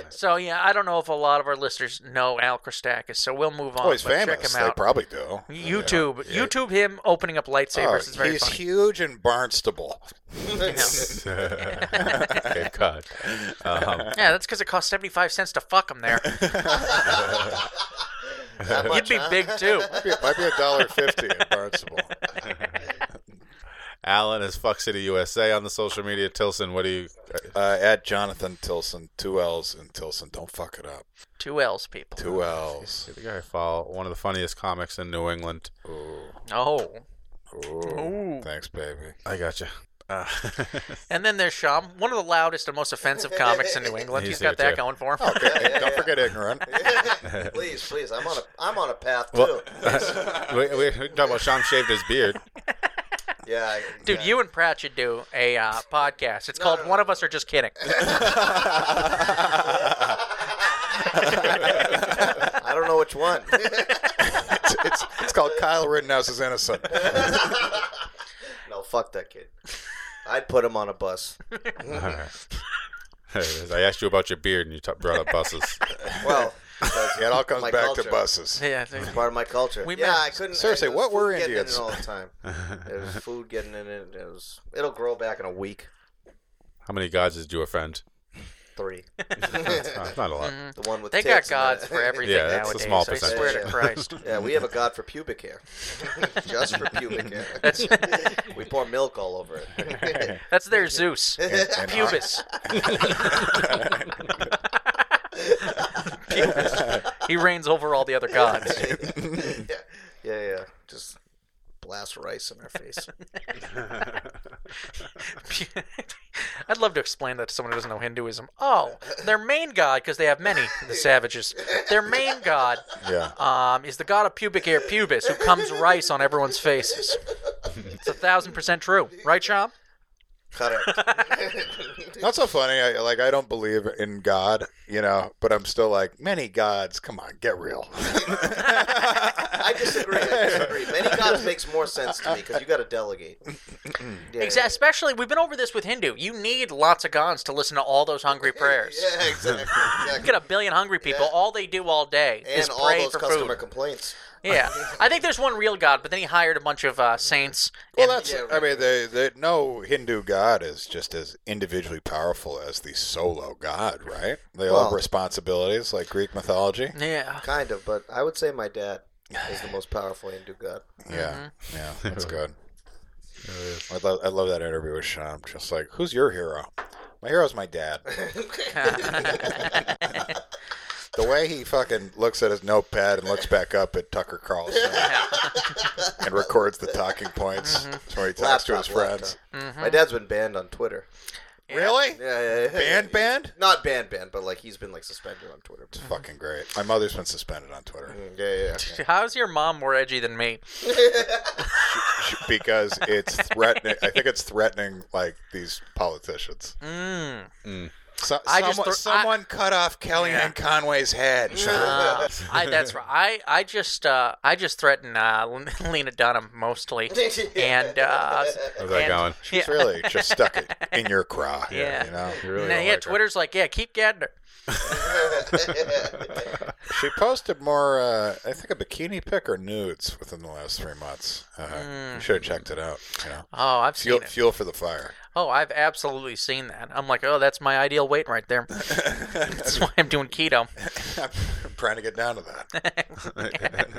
Speaker 1: so yeah, I don't know if a lot of our listeners know Al Christakis, so we'll move on.
Speaker 2: Oh, he's
Speaker 1: but check
Speaker 2: famous.
Speaker 1: him
Speaker 2: They
Speaker 1: out.
Speaker 2: probably do.
Speaker 1: YouTube, YouTube, him opening up lightsabers
Speaker 2: Oh,
Speaker 1: is very
Speaker 2: he's
Speaker 1: funny.
Speaker 2: huge and Barnstable.
Speaker 1: [LAUGHS]
Speaker 4: okay, God. Um,
Speaker 1: Yeah, that's because it cost seventy five cents to fuck him there. You'd be big too.
Speaker 2: Might be, might be a dollar fifty in
Speaker 1: [LAUGHS]
Speaker 2: Barnstable.
Speaker 4: Alan is Fuck City USA on the social media. Tilson, what do you?
Speaker 2: Uh, at Jonathan Tilson, two L's in Tilson. Don't fuck it up.
Speaker 1: Two L's, people.
Speaker 2: Two L's.
Speaker 4: The guy I follow, one of the funniest comics in New England.
Speaker 1: Oh,
Speaker 2: Ooh. Thanks, baby.
Speaker 4: I got you.
Speaker 1: and then there's Sham, one of the loudest and most offensive comics in New England.
Speaker 4: He's
Speaker 1: He's got
Speaker 4: there,
Speaker 1: that
Speaker 4: too.
Speaker 1: going for him.
Speaker 2: Hey, don't forget ignorant.
Speaker 5: [LAUGHS] please, please. I'm on a I'm on a path too.
Speaker 4: Well, [LAUGHS] we, we, we talking about Sean shaved his beard. [LAUGHS]
Speaker 5: yeah, I-
Speaker 1: [LAUGHS] Dude,
Speaker 5: yeah. [LAUGHS]
Speaker 1: you [LAUGHS] and Pratt should do a uh, podcast. It's called
Speaker 5: no, no.
Speaker 1: "One of Us Are Just Kidding." [LAUGHS]
Speaker 5: I don't know which one.
Speaker 2: [LAUGHS]
Speaker 5: [LAUGHS]
Speaker 2: It's, it's, it's called Kyle Rittenhouse is innocent.
Speaker 5: no, fuck that kid. I'd put him on
Speaker 2: [LAUGHS]
Speaker 5: a bus.
Speaker 4: All right. There it is. I asked you about your beard, and you t- brought up buses.
Speaker 5: Well,
Speaker 2: Yeah, it all comes
Speaker 5: My
Speaker 2: back
Speaker 5: culture.
Speaker 2: to
Speaker 5: [LAUGHS]
Speaker 2: buses.
Speaker 1: yeah, dude.
Speaker 5: part of my culture.
Speaker 1: We
Speaker 5: yeah,
Speaker 1: met-
Speaker 5: I couldn't.
Speaker 2: Seriously,
Speaker 5: it
Speaker 2: what
Speaker 5: was food
Speaker 2: were
Speaker 5: getting in
Speaker 2: Indians?
Speaker 5: it all the time? It was food getting in it. It was. It'll grow back in a week.
Speaker 4: How many gods did you offend?
Speaker 5: Three.
Speaker 4: Uh, not a
Speaker 1: Mm-hmm.
Speaker 4: lot.
Speaker 5: The one with
Speaker 1: Hmm. They got
Speaker 5: tits and
Speaker 1: gods
Speaker 5: the- [LAUGHS]
Speaker 1: for everything
Speaker 4: Yeah, that's a
Speaker 1: nowadays.
Speaker 4: small
Speaker 1: I
Speaker 4: percentage.
Speaker 1: swear
Speaker 5: Yeah.
Speaker 1: to
Speaker 5: [LAUGHS]
Speaker 1: Christ.
Speaker 5: Yeah, we have a god for pubic hair. [LAUGHS] Just for pubic
Speaker 1: [LAUGHS]
Speaker 5: hair. [LAUGHS] we pour milk all over it. [LAUGHS]
Speaker 1: That's their Zeus.
Speaker 2: And- and
Speaker 1: Pubis. Pubis. He reigns over all the other gods. [LAUGHS]
Speaker 5: yeah, yeah, yeah. Just blast rice in our face.
Speaker 1: I'd love to explain that to someone who doesn't know Hinduism. Oh, their main god, because they have many, the savages. Their main god
Speaker 2: Yeah.
Speaker 1: um, is the god of pubic hair, Pubis, who comes rice on everyone's faces. It's a thousand percent true, right, Sean?
Speaker 5: Cut it. [LAUGHS]
Speaker 2: Not so funny. I, like I don't believe in God, you know, but I'm still like many gods. Come on, get real. [LAUGHS]
Speaker 5: I disagree. I disagree. Many gods makes more sense to me because you got to delegate. Yeah,
Speaker 1: Exa- Especially, we've been over this with Hindu. You need lots of gods to listen to all those hungry prayers.
Speaker 5: [LAUGHS] Yeah, yeah, exactly.
Speaker 1: You
Speaker 5: exactly.
Speaker 1: get a billion hungry people. All they do all day is
Speaker 5: And all
Speaker 1: pray
Speaker 5: those
Speaker 1: for
Speaker 5: customer
Speaker 1: food.
Speaker 5: complaints.
Speaker 1: Yeah, I think there's one real god, but then he hired a bunch of uh, saints.
Speaker 2: Well,
Speaker 1: and-
Speaker 2: that's. I mean, the, the, no Hindu god is just as individually powerful as the solo god, right? They all have
Speaker 5: Well-
Speaker 2: responsibilities, like Greek mythology.
Speaker 1: yeah. [LAUGHS]
Speaker 5: Kind of, but I would say my dad is the most powerful Hindu god.
Speaker 2: Yeah,
Speaker 5: Mm-hmm.
Speaker 2: yeah, that's good. I love, I love that interview with Sean. Just like,
Speaker 1: Mm-hmm.
Speaker 2: who's your hero? My hero's my dad. The way he fucking looks at his notepad and looks back up at Tucker Carlson
Speaker 5: [LAUGHS]
Speaker 2: and records the talking points
Speaker 5: Mm-hmm.
Speaker 2: when he talks to his
Speaker 5: Laptop,
Speaker 2: friends.
Speaker 5: My dad's been banned on Twitter.
Speaker 2: Really?
Speaker 5: Yeah, yeah, yeah.
Speaker 2: Band band?
Speaker 5: Not banned, banned, but like he's been like suspended on Twitter.
Speaker 2: Fucking great. My mother's been suspended on Twitter
Speaker 5: Mm, Yeah, yeah.
Speaker 1: How's your mom more edgy than me?
Speaker 2: [LAUGHS] because it's threatening. I think it's threatening like these politicians.
Speaker 5: Mm.
Speaker 2: So,
Speaker 1: I
Speaker 2: someone
Speaker 1: just thro- I-
Speaker 2: someone cut off Kellyanne Conway's
Speaker 5: Mm.
Speaker 2: head.
Speaker 1: Uh, I, that's right. I, I just uh, I just threaten uh, [LAUGHS] Lena Dunham mostly, [LAUGHS] and
Speaker 5: [LAUGHS]
Speaker 1: uh,
Speaker 4: How's that
Speaker 1: and-
Speaker 4: going?
Speaker 2: She's really just stuck it in your craw.
Speaker 1: Yeah.
Speaker 2: You know?
Speaker 4: You really
Speaker 1: Nah,
Speaker 4: don't
Speaker 1: yeah,
Speaker 4: like her.
Speaker 1: Twitter's like, yeah, keep getting her.
Speaker 2: She posted more, uh, I think, a bikini pic or nudes within the last three months. Uh, You should have checked it out. You know,
Speaker 1: Oh, Mm. I've seen
Speaker 2: fuel,
Speaker 1: it.
Speaker 2: fuel for the
Speaker 1: [LAUGHS]
Speaker 2: fire.
Speaker 1: Oh, I've absolutely seen that. I'm like, oh, that's my ideal weight right there. that's why I'm doing keto.
Speaker 2: I'm trying to get down to
Speaker 1: [LAUGHS]
Speaker 2: that.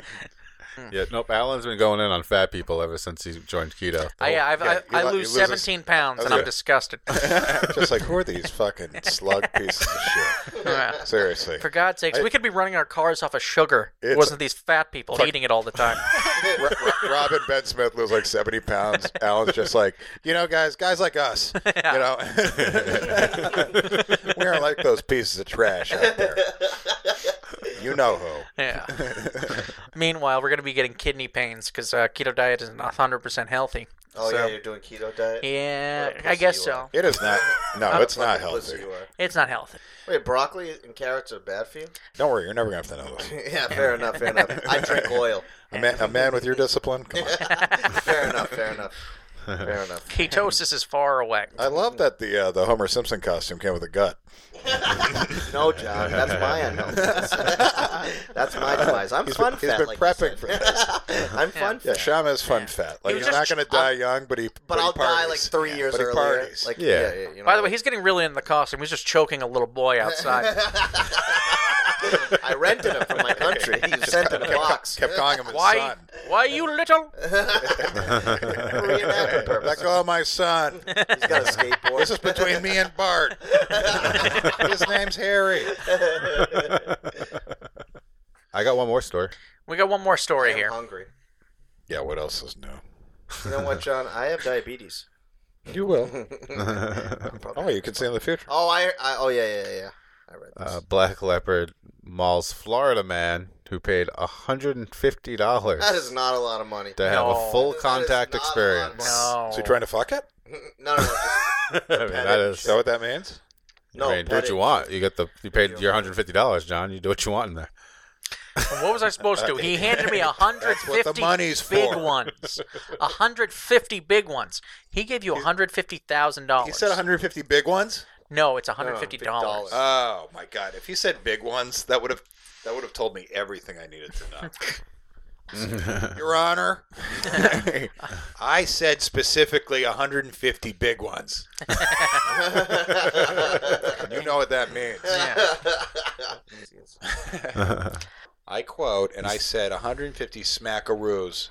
Speaker 4: Yeah, nope. Alan's been going in on fat people ever since he joined keto.
Speaker 1: I, I've,
Speaker 2: yeah,
Speaker 1: I, I
Speaker 2: you lo-
Speaker 1: lose
Speaker 2: you lose a-
Speaker 1: 17 pounds and I'm
Speaker 2: Okay.
Speaker 1: disgusted.
Speaker 2: just like, who are these fucking slug pieces of shit?
Speaker 1: Yeah.
Speaker 2: Seriously.
Speaker 1: For God's sakes, we could be running our cars off of sugar. It
Speaker 2: It's-
Speaker 1: wasn't these fat people eating it all the
Speaker 5: [LAUGHS]
Speaker 1: time. [LAUGHS]
Speaker 2: Ro- Ro- Robin Ben Smith lose like 70 pounds. Alan's just like, you know, guys, guys like
Speaker 1: [LAUGHS]
Speaker 2: us, you know, [LAUGHS] we aren't like those pieces of trash out there. You know who.
Speaker 1: Yeah. [LAUGHS] Meanwhile, we're going to be getting kidney pains because uh, keto diet isn't 100% healthy.
Speaker 5: Oh
Speaker 1: So-
Speaker 5: yeah, you're doing keto diet.
Speaker 1: Yeah,
Speaker 5: pussy
Speaker 1: I guess
Speaker 5: you are.
Speaker 1: so.
Speaker 2: It is not. No, it's not
Speaker 5: Pussy
Speaker 2: healthy.
Speaker 5: you are.
Speaker 1: It's not healthy.
Speaker 5: Wait, broccoli and carrots are bad for you?
Speaker 2: Don't worry, you're never gonna have to know this.
Speaker 5: [LAUGHS] yeah, fair enough, fair enough. I
Speaker 1: [LAUGHS]
Speaker 5: drink oil.
Speaker 2: A man, a man with your discipline. Come on.
Speaker 5: [LAUGHS] Fair enough, fair enough. Fair enough.
Speaker 1: Ketosis is far away.
Speaker 2: I love that the uh, the Homer Simpson costume came with a gut.
Speaker 5: No, John, that's
Speaker 2: [LAUGHS]
Speaker 5: my unhealthiness. [LAUGHS] that's my demise. I'm
Speaker 2: Uh, He's
Speaker 5: fun
Speaker 2: been,
Speaker 5: fat.
Speaker 2: he's been
Speaker 5: like you
Speaker 2: prepping
Speaker 5: said.
Speaker 2: for this.
Speaker 5: [LAUGHS] I'm fun
Speaker 2: Yeah,
Speaker 5: fat.
Speaker 2: Shama is fun fat. Like
Speaker 1: was
Speaker 2: he's
Speaker 1: just-
Speaker 2: not gonna die young, but he.
Speaker 5: but
Speaker 2: he
Speaker 5: I'll die like
Speaker 2: parties.
Speaker 5: three years
Speaker 2: but he
Speaker 5: earlier.
Speaker 2: Parties.
Speaker 5: Like
Speaker 4: Yeah.
Speaker 5: yeah, yeah, you know,
Speaker 1: By the way, he's [LAUGHS] getting really into the costume. He's just choking a little boy outside.
Speaker 5: [LAUGHS] I rented him from my country. He was sent in a box.
Speaker 2: kept calling him his
Speaker 1: Why?
Speaker 2: son.
Speaker 1: Why you little?
Speaker 5: [LAUGHS] Reenactment
Speaker 2: Let
Speaker 5: purpose.
Speaker 2: go of my son.
Speaker 5: He's got a skateboard.
Speaker 2: This is
Speaker 1: [LAUGHS]
Speaker 2: between me and
Speaker 5: [LAUGHS]
Speaker 2: Bart. His name's Harry.
Speaker 4: I got one more story.
Speaker 1: We got one more story
Speaker 5: I'm
Speaker 1: here.
Speaker 5: hungry.
Speaker 2: Yeah, what else is new?
Speaker 5: You know what, John? I have diabetes.
Speaker 2: You
Speaker 5: [LAUGHS]
Speaker 4: [LAUGHS]
Speaker 2: will. oh, you can see in the future.
Speaker 5: Oh, I, I oh yeah, yeah, yeah. I read this.
Speaker 4: Uh, black leopard mauls Florida man who paid hundred and fifty dollars
Speaker 5: that is not a lot of money.
Speaker 4: to have
Speaker 1: No.
Speaker 4: a full
Speaker 5: That is
Speaker 4: contact
Speaker 5: not a
Speaker 4: experience.
Speaker 1: No.
Speaker 2: Is he trying to fuck it?
Speaker 5: No, no, no.
Speaker 2: [LAUGHS]
Speaker 4: I [LAUGHS] mean, that
Speaker 2: Is
Speaker 4: is.
Speaker 2: that what that means?
Speaker 5: no
Speaker 4: I mean, do what you want. You get the you paid your hundred fifty dollars, John. You do what you want in there.
Speaker 1: What was I supposed to? He handed me
Speaker 2: what the
Speaker 1: 150
Speaker 2: money's
Speaker 1: big
Speaker 2: for.
Speaker 1: ones. 150 big ones. He gave you $150,000.
Speaker 2: He said 150 big ones.
Speaker 1: No, it's $150.
Speaker 5: $150.
Speaker 2: Oh my god! If he said big ones, that would have that would have told me everything I needed to know. Your Honor, [LAUGHS] I said specifically 150 big ones.
Speaker 5: [LAUGHS]
Speaker 2: [LAUGHS] you know what that means.
Speaker 1: Yeah.
Speaker 2: [LAUGHS] I quote, and I said 150 smackaroos.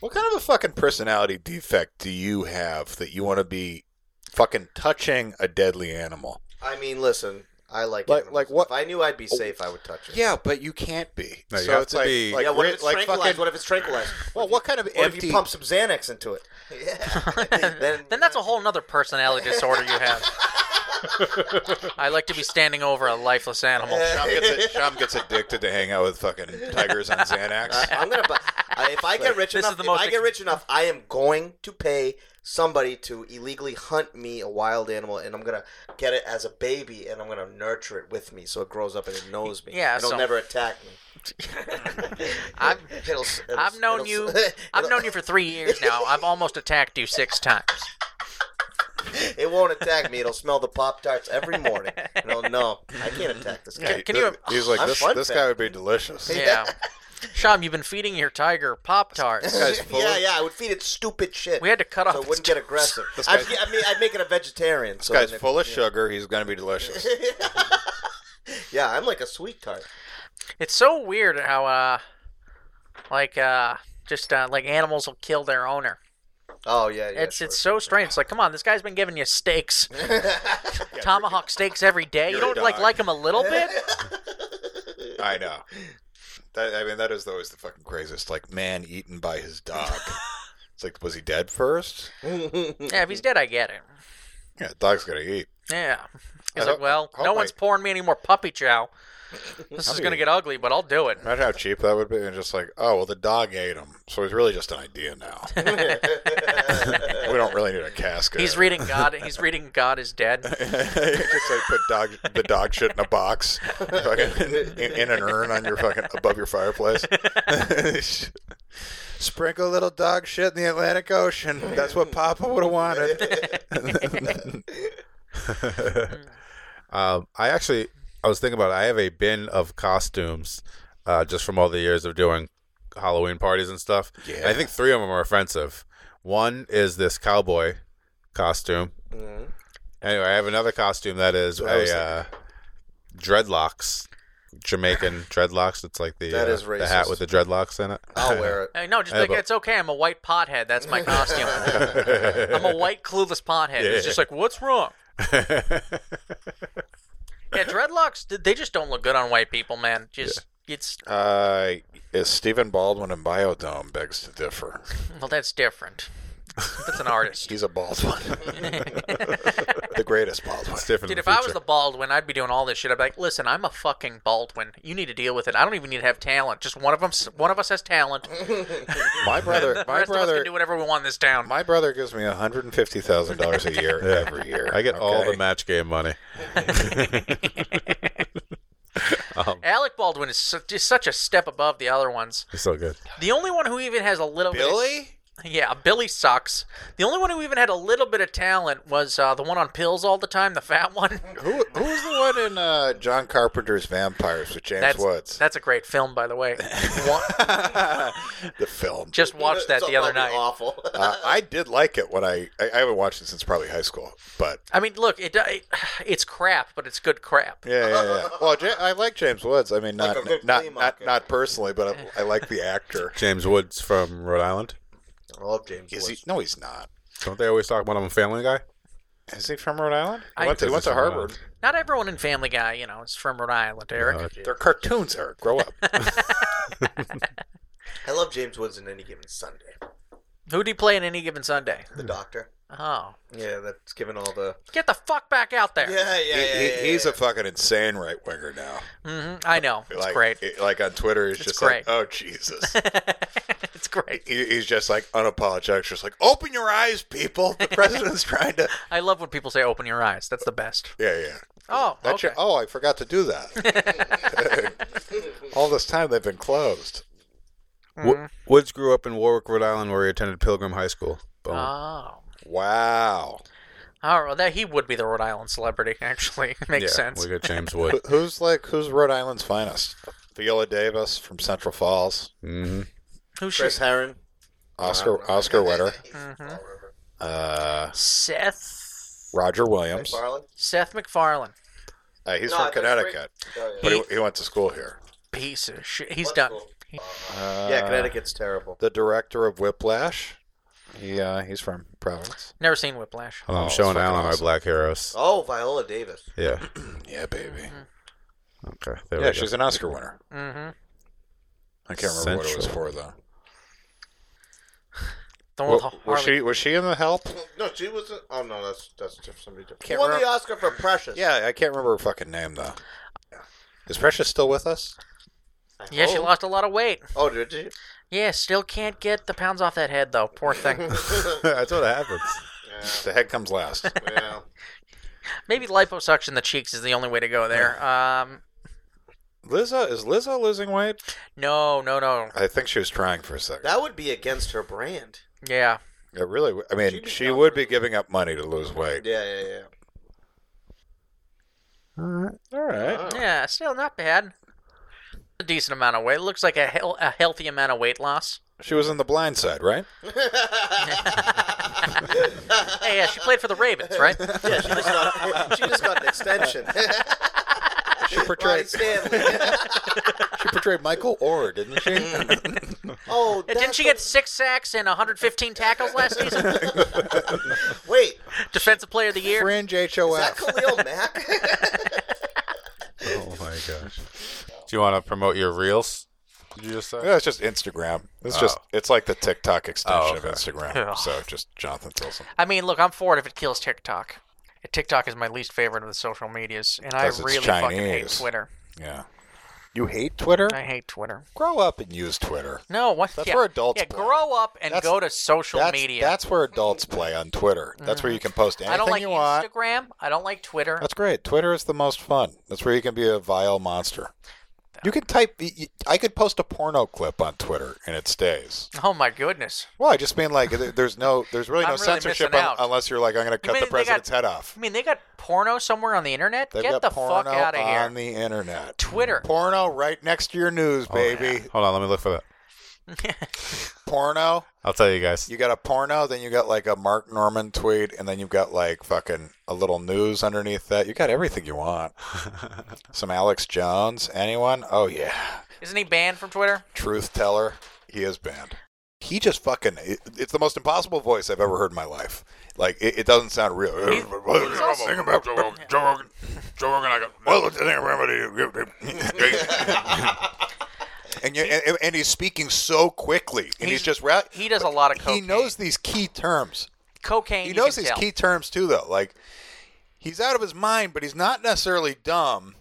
Speaker 2: What kind of a fucking personality defect do you have that you want to be fucking touching a deadly animal?
Speaker 5: I mean, listen. I like
Speaker 2: Like-
Speaker 5: animals.
Speaker 2: like what- Oh.
Speaker 5: If I knew I'd be safe, I would touch it.
Speaker 2: Yeah, but you can't be.
Speaker 4: No, you have to
Speaker 2: like,
Speaker 4: be-
Speaker 2: like,
Speaker 5: Yeah, what if
Speaker 2: re-
Speaker 5: it's
Speaker 2: like
Speaker 5: tranquilized?
Speaker 2: fucking.
Speaker 5: what if it's tranquilized?
Speaker 2: Well, what kind of
Speaker 5: What if
Speaker 2: empty?
Speaker 5: you pump some Xanax into it?
Speaker 1: [LAUGHS]
Speaker 5: Yeah. [LAUGHS] then,
Speaker 1: Then that's a whole nother personality disorder you have. I like to be standing over a lifeless animal.
Speaker 2: Sham gets, Sham gets addicted to hang out with [LAUGHS] fucking tigers on Xanax.
Speaker 5: uh, I'm gonna buy. I- If I get rich
Speaker 1: This is
Speaker 5: enough,
Speaker 1: the
Speaker 5: if
Speaker 1: most
Speaker 5: I
Speaker 1: ex-
Speaker 5: get rich enough, I am going to pay somebody to illegally hunt me a wild animal, and I'm gonna get it as a baby, and I'm gonna nurture it with me, so it grows up and it knows me.
Speaker 1: Yeah,
Speaker 5: it'll
Speaker 1: so-
Speaker 5: never attack me.
Speaker 1: [LAUGHS] I've,
Speaker 5: [LAUGHS] It'll s- it'll
Speaker 1: I've
Speaker 5: s-
Speaker 1: known
Speaker 5: it'll
Speaker 1: you.
Speaker 5: s-
Speaker 1: I've
Speaker 5: [LAUGHS] it'll-
Speaker 1: known you for three years now. I've almost attacked you six
Speaker 2: [LAUGHS]
Speaker 1: times.
Speaker 5: It won't attack me. It'll smell the pop tarts every morning. And I'll know I can't attack this guy.
Speaker 1: Can you-
Speaker 2: He's like
Speaker 5: I'm
Speaker 2: this.
Speaker 5: fun
Speaker 2: This
Speaker 5: fat.
Speaker 2: guy would be delicious.
Speaker 1: Yeah. Sham, you've been feeding your tiger pop tarts.
Speaker 2: This guy's full
Speaker 5: [LAUGHS] yeah,
Speaker 2: of-
Speaker 5: yeah, I would feed it stupid shit.
Speaker 1: We had to cut
Speaker 5: so
Speaker 1: off
Speaker 5: it wouldn't
Speaker 1: its
Speaker 5: get
Speaker 1: [LAUGHS]
Speaker 5: aggressive.
Speaker 2: This
Speaker 5: I'd,
Speaker 2: guy's-
Speaker 5: I mean, I'd make it a vegetarian.
Speaker 2: This
Speaker 5: so
Speaker 2: guy's
Speaker 5: then it-
Speaker 2: full of
Speaker 5: yeah.
Speaker 2: sugar. He's gonna be [LAUGHS] delicious.
Speaker 5: Yeah, I'm like a sweet tart.
Speaker 1: It's so weird how, uh, like, uh, just uh, like animals will kill their owner.
Speaker 5: Oh yeah, yeah.
Speaker 1: It's
Speaker 5: sure.
Speaker 1: it's so strange. It's like, come on, this guy's been giving you
Speaker 2: [LAUGHS]
Speaker 1: steaks, [LAUGHS] tomahawk steaks every day. You
Speaker 2: you're a
Speaker 1: don't like
Speaker 2: dog. [LAUGHS]
Speaker 1: like him a little bit?
Speaker 2: I know. That, I mean, that is always the fucking craziest. Like, man eaten by his [LAUGHS] dog. it's like, was he dead first?
Speaker 1: Yeah, if he's dead, I get it.
Speaker 2: Yeah, dog's gonna eat.
Speaker 1: Yeah. He's
Speaker 2: I
Speaker 1: like,
Speaker 2: hope-
Speaker 1: well,
Speaker 2: I hope
Speaker 1: no
Speaker 2: I-
Speaker 1: one's pouring me any more puppy
Speaker 2: [LAUGHS]
Speaker 1: chow. This is
Speaker 2: Puppy-
Speaker 1: going to get ugly, but I'll do it.
Speaker 2: Imagine how cheap that would be. And just like, oh, well, the dog ate him. So he's really just an idea [LAUGHS] now. we don't really need a casket.
Speaker 1: He's reading God. He's reading God is
Speaker 2: [LAUGHS]
Speaker 1: dead.
Speaker 2: just like put dog the dog shit in a box, fucking in, in an urn on your fucking above your fireplace. [LAUGHS] Sprinkle little dog shit in the Atlantic Ocean. That's what Papa would have wanted. [LAUGHS]
Speaker 4: [LAUGHS] Um, I actually, I was thinking about it. I have a bin of costumes uh, just from all the years of doing Halloween parties and stuff.
Speaker 2: Yeah.
Speaker 4: And I think three of them are offensive. One is this cowboy costume. Anyway, I have another costume that is
Speaker 2: Mm-hmm. what I was
Speaker 4: a uh, dreadlocks, Jamaican dreadlocks. It's like the,
Speaker 5: That
Speaker 4: uh,
Speaker 5: is
Speaker 4: the hat with the dreadlocks in it.
Speaker 5: [LAUGHS]
Speaker 2: Oh.
Speaker 4: [LAUGHS]
Speaker 5: I'll wear it.
Speaker 1: Hey, no, just
Speaker 4: Hey,
Speaker 1: like
Speaker 4: but-
Speaker 1: it's okay. I'm a white pothead. That's my
Speaker 2: [LAUGHS]
Speaker 1: costume. I'm a white clueless pothead. It's just like, what's wrong? Yeah, dreadlocks. th- They just don't look good on white people, man. Just it's
Speaker 2: uh, is Stephen Baldwin in Biodome begs to differ.
Speaker 1: well, that's different. That's an
Speaker 2: [LAUGHS]
Speaker 1: artist.
Speaker 2: He's a Baldwin, the greatest Baldwin.
Speaker 4: Different
Speaker 1: Dude,
Speaker 4: in
Speaker 1: if
Speaker 4: the
Speaker 1: I
Speaker 4: future.
Speaker 1: was the Baldwin, I'd be doing all this shit. I'd be like, listen, I'm a fucking Baldwin. You need to deal with it. I don't even need to have talent. Just one of them. One of us has talent.
Speaker 2: My brother,
Speaker 1: The
Speaker 2: my
Speaker 1: rest of us
Speaker 2: brother,
Speaker 1: can do whatever we want in this town.
Speaker 2: my brother gives me hundred and fifty thousand dollars a year every [LAUGHS] year.
Speaker 4: I get all the
Speaker 2: okay?
Speaker 4: match game money.
Speaker 1: Alec Baldwin is su- just such a step above the other ones.
Speaker 4: It's so good.
Speaker 1: The only one who even has a little
Speaker 2: Billy.
Speaker 1: Bit of, yeah, Billy sucks. The only one who even had a little bit of talent was uh, the one on pills all the time, the fat one.
Speaker 2: Who who's the one in uh, John Carpenter's Vampires with James
Speaker 1: That's [LAUGHS]
Speaker 2: Woods?
Speaker 1: that's a great film, by the way. Wa-
Speaker 2: the film.
Speaker 1: just watched that
Speaker 5: It's
Speaker 1: the other
Speaker 5: probably
Speaker 1: night.
Speaker 5: Awful.
Speaker 2: [LAUGHS] Uh, I did like it when I, I I haven't watched it since probably high school, but
Speaker 1: I mean, look, it, uh, it it's crap, but it's good crap.
Speaker 2: yeah, yeah, yeah. [LAUGHS] Well, Ja- I like James Woods. I mean, not
Speaker 5: Like a good
Speaker 2: not,
Speaker 5: flea
Speaker 2: not
Speaker 5: market.
Speaker 2: not personally, but I, I like the
Speaker 4: [LAUGHS]
Speaker 2: actor.
Speaker 4: James Woods from Rhode Island.
Speaker 5: I love James
Speaker 2: Is he?
Speaker 5: Woods.
Speaker 2: No, he's not.
Speaker 4: Don't they always talk about him on Family Guy?
Speaker 2: Is he from Rhode Island? He
Speaker 1: I-
Speaker 2: went to, he went to
Speaker 4: Because he's from
Speaker 2: Harvard.
Speaker 4: Rhode
Speaker 1: Not everyone in Family Guy, you know, is from Rhode Island, Eric.
Speaker 4: Uh,
Speaker 2: They're cartoons, Eric. Grow up.
Speaker 5: I love James Woods in any given Sunday.
Speaker 1: Who do you play in any given Sunday?
Speaker 2: Hmm.
Speaker 5: The Doctor.
Speaker 1: Oh,
Speaker 5: Yeah, that's given all the.
Speaker 1: get the fuck back out there!
Speaker 5: Yeah, yeah,
Speaker 2: He-
Speaker 5: yeah.
Speaker 2: he-
Speaker 5: yeah,
Speaker 2: he's
Speaker 5: yeah.
Speaker 2: a fucking insane right winger now.
Speaker 1: hmm I know it's
Speaker 2: like,
Speaker 1: great.
Speaker 2: it- like on Twitter, he's just
Speaker 1: great.
Speaker 2: like, "Oh Jesus."
Speaker 1: [LAUGHS] it's great.
Speaker 2: He- He's just like unapologetic, just like open your eyes, people. The president's trying to.
Speaker 1: I love when people say "open your eyes." That's the best.
Speaker 2: Yeah, yeah.
Speaker 1: Oh,
Speaker 2: That
Speaker 1: okay.
Speaker 2: shit- oh, I forgot to do that. All this time they've been closed.
Speaker 1: Mm-hmm.
Speaker 4: Wo- Woods grew up in Warwick, Rhode Island, where he attended Pilgrim High School. Boom.
Speaker 1: Oh,
Speaker 2: Wow.
Speaker 1: all right. That he would be the Rhode Island celebrity. [LAUGHS] Actually, makes
Speaker 4: yeah,
Speaker 1: sense. [LAUGHS]
Speaker 4: We got James Woods.
Speaker 2: Wh- Who's like who's Rhode Island's finest? Viola Davis from Central Falls.
Speaker 4: [LAUGHS] hmm
Speaker 1: Who should?
Speaker 5: Chris Heron.
Speaker 2: Oscar Oscar Witter.
Speaker 1: Mhm.
Speaker 2: Uh,
Speaker 1: Seth
Speaker 2: Roger Williams.
Speaker 5: Farland.
Speaker 1: Seth McFarlane.
Speaker 2: Uh, he's
Speaker 5: No, I
Speaker 2: from
Speaker 5: thought he was great.
Speaker 2: Connecticut,
Speaker 5: Oh, yeah.
Speaker 2: but he, he went to school here.
Speaker 1: Piece of shit. He's
Speaker 5: What's
Speaker 1: done.
Speaker 5: cool?
Speaker 2: Uh,
Speaker 5: yeah, Connecticut's terrible.
Speaker 2: The director of Whiplash. He uh, he's from Providence.
Speaker 1: Never seen Whiplash.
Speaker 4: Hold on,
Speaker 2: Oh,
Speaker 4: I'm
Speaker 2: it's
Speaker 4: showing
Speaker 2: fucking
Speaker 4: Alan our
Speaker 2: awesome.
Speaker 4: Black Heroes.
Speaker 5: Oh, Viola Davis.
Speaker 4: Yeah.
Speaker 2: Yeah, baby.
Speaker 4: Okay.
Speaker 2: Yeah,
Speaker 4: There we go.
Speaker 2: she's an Oscar winner.
Speaker 1: Mm-hmm.
Speaker 2: I can't remember what it was for though.
Speaker 1: The one with
Speaker 2: Wa-
Speaker 1: Har-
Speaker 2: was
Speaker 1: Harley.
Speaker 2: she was she in the help?
Speaker 5: No, she wasn't. Oh no, that's that's just somebody different.
Speaker 2: Can't
Speaker 5: won the
Speaker 2: remember-
Speaker 5: Oscar for Precious.
Speaker 2: Yeah, I can't remember her fucking name though. Is Precious still with [LAUGHS] us?
Speaker 5: I
Speaker 1: Yeah, she
Speaker 5: hope.
Speaker 1: lost a lot of weight.
Speaker 5: Oh, did [LAUGHS] she?
Speaker 1: Yeah, still can't get the pounds off that head though. Poor thing.
Speaker 2: [LAUGHS]
Speaker 4: That's what happens. [LAUGHS]
Speaker 2: The head comes last.
Speaker 5: Yeah.
Speaker 1: Maybe liposuction the cheeks is the only way to go there. Um,
Speaker 2: Lizzo is Lizzo losing weight?
Speaker 1: no, no, no.
Speaker 2: I think she was trying for a second.
Speaker 5: That would be against her brand.
Speaker 1: Yeah,
Speaker 2: It really. w- I mean,
Speaker 5: She'd be
Speaker 2: she
Speaker 5: down
Speaker 2: would
Speaker 5: for
Speaker 2: be giving up money to lose weight.
Speaker 5: Yeah, yeah, yeah.
Speaker 2: All right.
Speaker 1: yeah. Still not bad. A decent amount of weight. Looks like a, hel- a healthy amount of weight loss.
Speaker 2: She was in The Blind Side, right?
Speaker 5: Oh.
Speaker 1: [LAUGHS] Hey, yeah, she played for the Ravens,
Speaker 2: [LAUGHS]
Speaker 1: right?
Speaker 5: Yeah, she just got, she just got an [LAUGHS] extension.
Speaker 2: She
Speaker 5: Ronnie
Speaker 2: portrayed.
Speaker 5: Stanley. [LAUGHS]
Speaker 2: she portrayed Michael Orr, didn't [LAUGHS] she? Mm-hmm.
Speaker 5: Oh,
Speaker 1: Yeah, Didn't
Speaker 5: that's
Speaker 1: she
Speaker 5: the-
Speaker 1: get six sacks and 115 tackles
Speaker 2: [LAUGHS]
Speaker 1: last season?
Speaker 5: Wait,
Speaker 1: Defensive Player of the Year.
Speaker 2: Fringe
Speaker 5: is that [LAUGHS]
Speaker 2: HOF.
Speaker 5: Khalil Mack?
Speaker 4: Oh my gosh. Do you want to promote your reels? Did you just say?
Speaker 2: Yeah, it's just Instagram. It's just it's like the TikTok extension
Speaker 4: Oh, okay.
Speaker 2: of Instagram.
Speaker 1: Yeah.
Speaker 2: So just Jonathan Tilson.
Speaker 1: I mean, look, I'm for it if it kills TikTok. TikTok is my least favorite of the social medias, and I
Speaker 2: 'Cause it's
Speaker 1: really fucking hate
Speaker 2: Chinese.
Speaker 1: Twitter.
Speaker 2: Yeah. You hate Twitter?
Speaker 1: I hate Twitter.
Speaker 2: Grow up and use Twitter.
Speaker 1: No, what?
Speaker 2: That's
Speaker 1: yeah,
Speaker 2: where adults
Speaker 1: Yeah,
Speaker 2: play.
Speaker 1: grow up and
Speaker 2: That's-
Speaker 1: go to social
Speaker 2: That's,
Speaker 1: media. Mm-hmm.
Speaker 2: that's where adults play on Twitter. That's where you can post anything
Speaker 1: I don't like
Speaker 2: you want.
Speaker 1: Instagram. I don't like Twitter.
Speaker 2: That's great. Twitter is the most fun. That's where you can be a vile monster. You could type. y- y- I could post a porno clip on Twitter and it stays.
Speaker 1: Oh my goodness!
Speaker 2: Well, I just mean like there- there's no, there's
Speaker 1: [LAUGHS]
Speaker 2: really
Speaker 1: I'm
Speaker 2: no
Speaker 1: really
Speaker 2: censorship
Speaker 1: missing
Speaker 2: un-
Speaker 1: out.
Speaker 2: unless you're like I'm going to cut
Speaker 1: mean
Speaker 2: the
Speaker 1: they got-
Speaker 2: president's head off.
Speaker 1: I mean, they got porno somewhere on the internet.
Speaker 2: They've
Speaker 1: Get
Speaker 2: got
Speaker 1: the
Speaker 2: porno
Speaker 1: fuck out of here.
Speaker 2: on the internet.
Speaker 1: Twitter.
Speaker 2: Porno right next to your news,
Speaker 1: Oh,
Speaker 2: baby.
Speaker 4: Hold on, let me look for that.
Speaker 2: Porno.
Speaker 4: I'll tell you [LAUGHS] guys.
Speaker 2: You got a porno, then you got like a Mark Norman tweet, and then you've got like fucking a little news underneath that. You got everything you want. Some Alex Jones. Anyone? Oh yeah.
Speaker 1: Isn't he banned from Twitter?
Speaker 2: Truth teller. He is banned. He just fucking. It, it's the most impossible voice I've ever heard in my life. Like it, it doesn't sound real. Think about Joe Rogan. Joe Rogan. I got. Well, it's the thing about it. [LAUGHS] And, you, and, and he's speaking so quickly, and he's,
Speaker 1: He's-
Speaker 2: just ra-
Speaker 1: he does a lot of
Speaker 2: He
Speaker 1: cocaine.
Speaker 2: knows these key terms.
Speaker 1: Cocaine.
Speaker 2: He
Speaker 1: you
Speaker 2: knows
Speaker 1: can
Speaker 2: these
Speaker 1: tell.
Speaker 2: key terms too, though. Like he's out of his mind, but he's not necessarily dumb.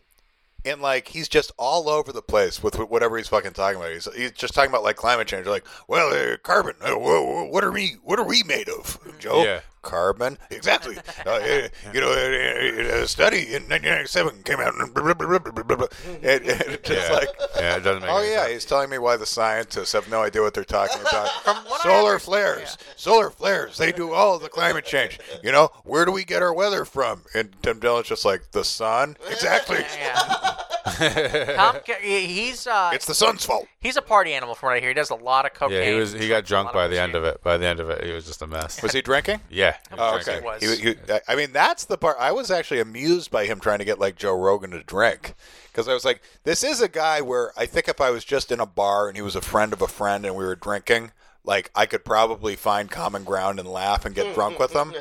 Speaker 2: And like he's just all over the place with wh- whatever he's fucking talking about. He's, he's just talking about like climate change. Like, well, uh, carbon. Uh, wha- wha- what are we? What are we made of, Joe?
Speaker 4: Yeah.
Speaker 2: Carbon.
Speaker 1: [LAUGHS]
Speaker 2: Exactly. uh, uh, you know, uh, uh, uh, a study in 1997 came out. And blah, blah, blah, blah, blah, blah, blah. And- and it's just
Speaker 4: Yeah.
Speaker 2: like,
Speaker 4: yeah, it doesn't make
Speaker 2: oh
Speaker 4: any
Speaker 2: yeah,
Speaker 4: sense.
Speaker 2: he's telling me why the scientists have no idea what
Speaker 1: [LAUGHS]
Speaker 2: they're talking about.
Speaker 1: From what I
Speaker 2: solar
Speaker 1: under-
Speaker 2: flares, solar flares. They do all the climate change. You know, where do we get our weather from? And Tim Dillon's just like
Speaker 1: [LAUGHS]
Speaker 2: the sun. Exactly.
Speaker 4: [LAUGHS]
Speaker 1: Yeah. Tom, Ca- he's uh,
Speaker 2: It's the sun's fault.
Speaker 1: he's a party animal from what I hear. He does a lot of cocaine.
Speaker 4: Yeah, he was. He got drunk
Speaker 1: of
Speaker 4: by the end
Speaker 1: cocaine.
Speaker 4: of it. By the end of it, he was just a mess.
Speaker 2: Was he drinking?
Speaker 4: Yeah. he
Speaker 2: Oh,
Speaker 4: was
Speaker 2: okay.
Speaker 4: drinking.
Speaker 1: He was.
Speaker 2: He- he- I- I mean, that's the part. I was actually amused by him trying to get like Joe Rogan to drink because I was like, this is a guy where I think if I was just in a bar and he was a friend of a friend and we were drinking, like I could probably find common ground and laugh and
Speaker 1: [LAUGHS]
Speaker 2: get drunk with him.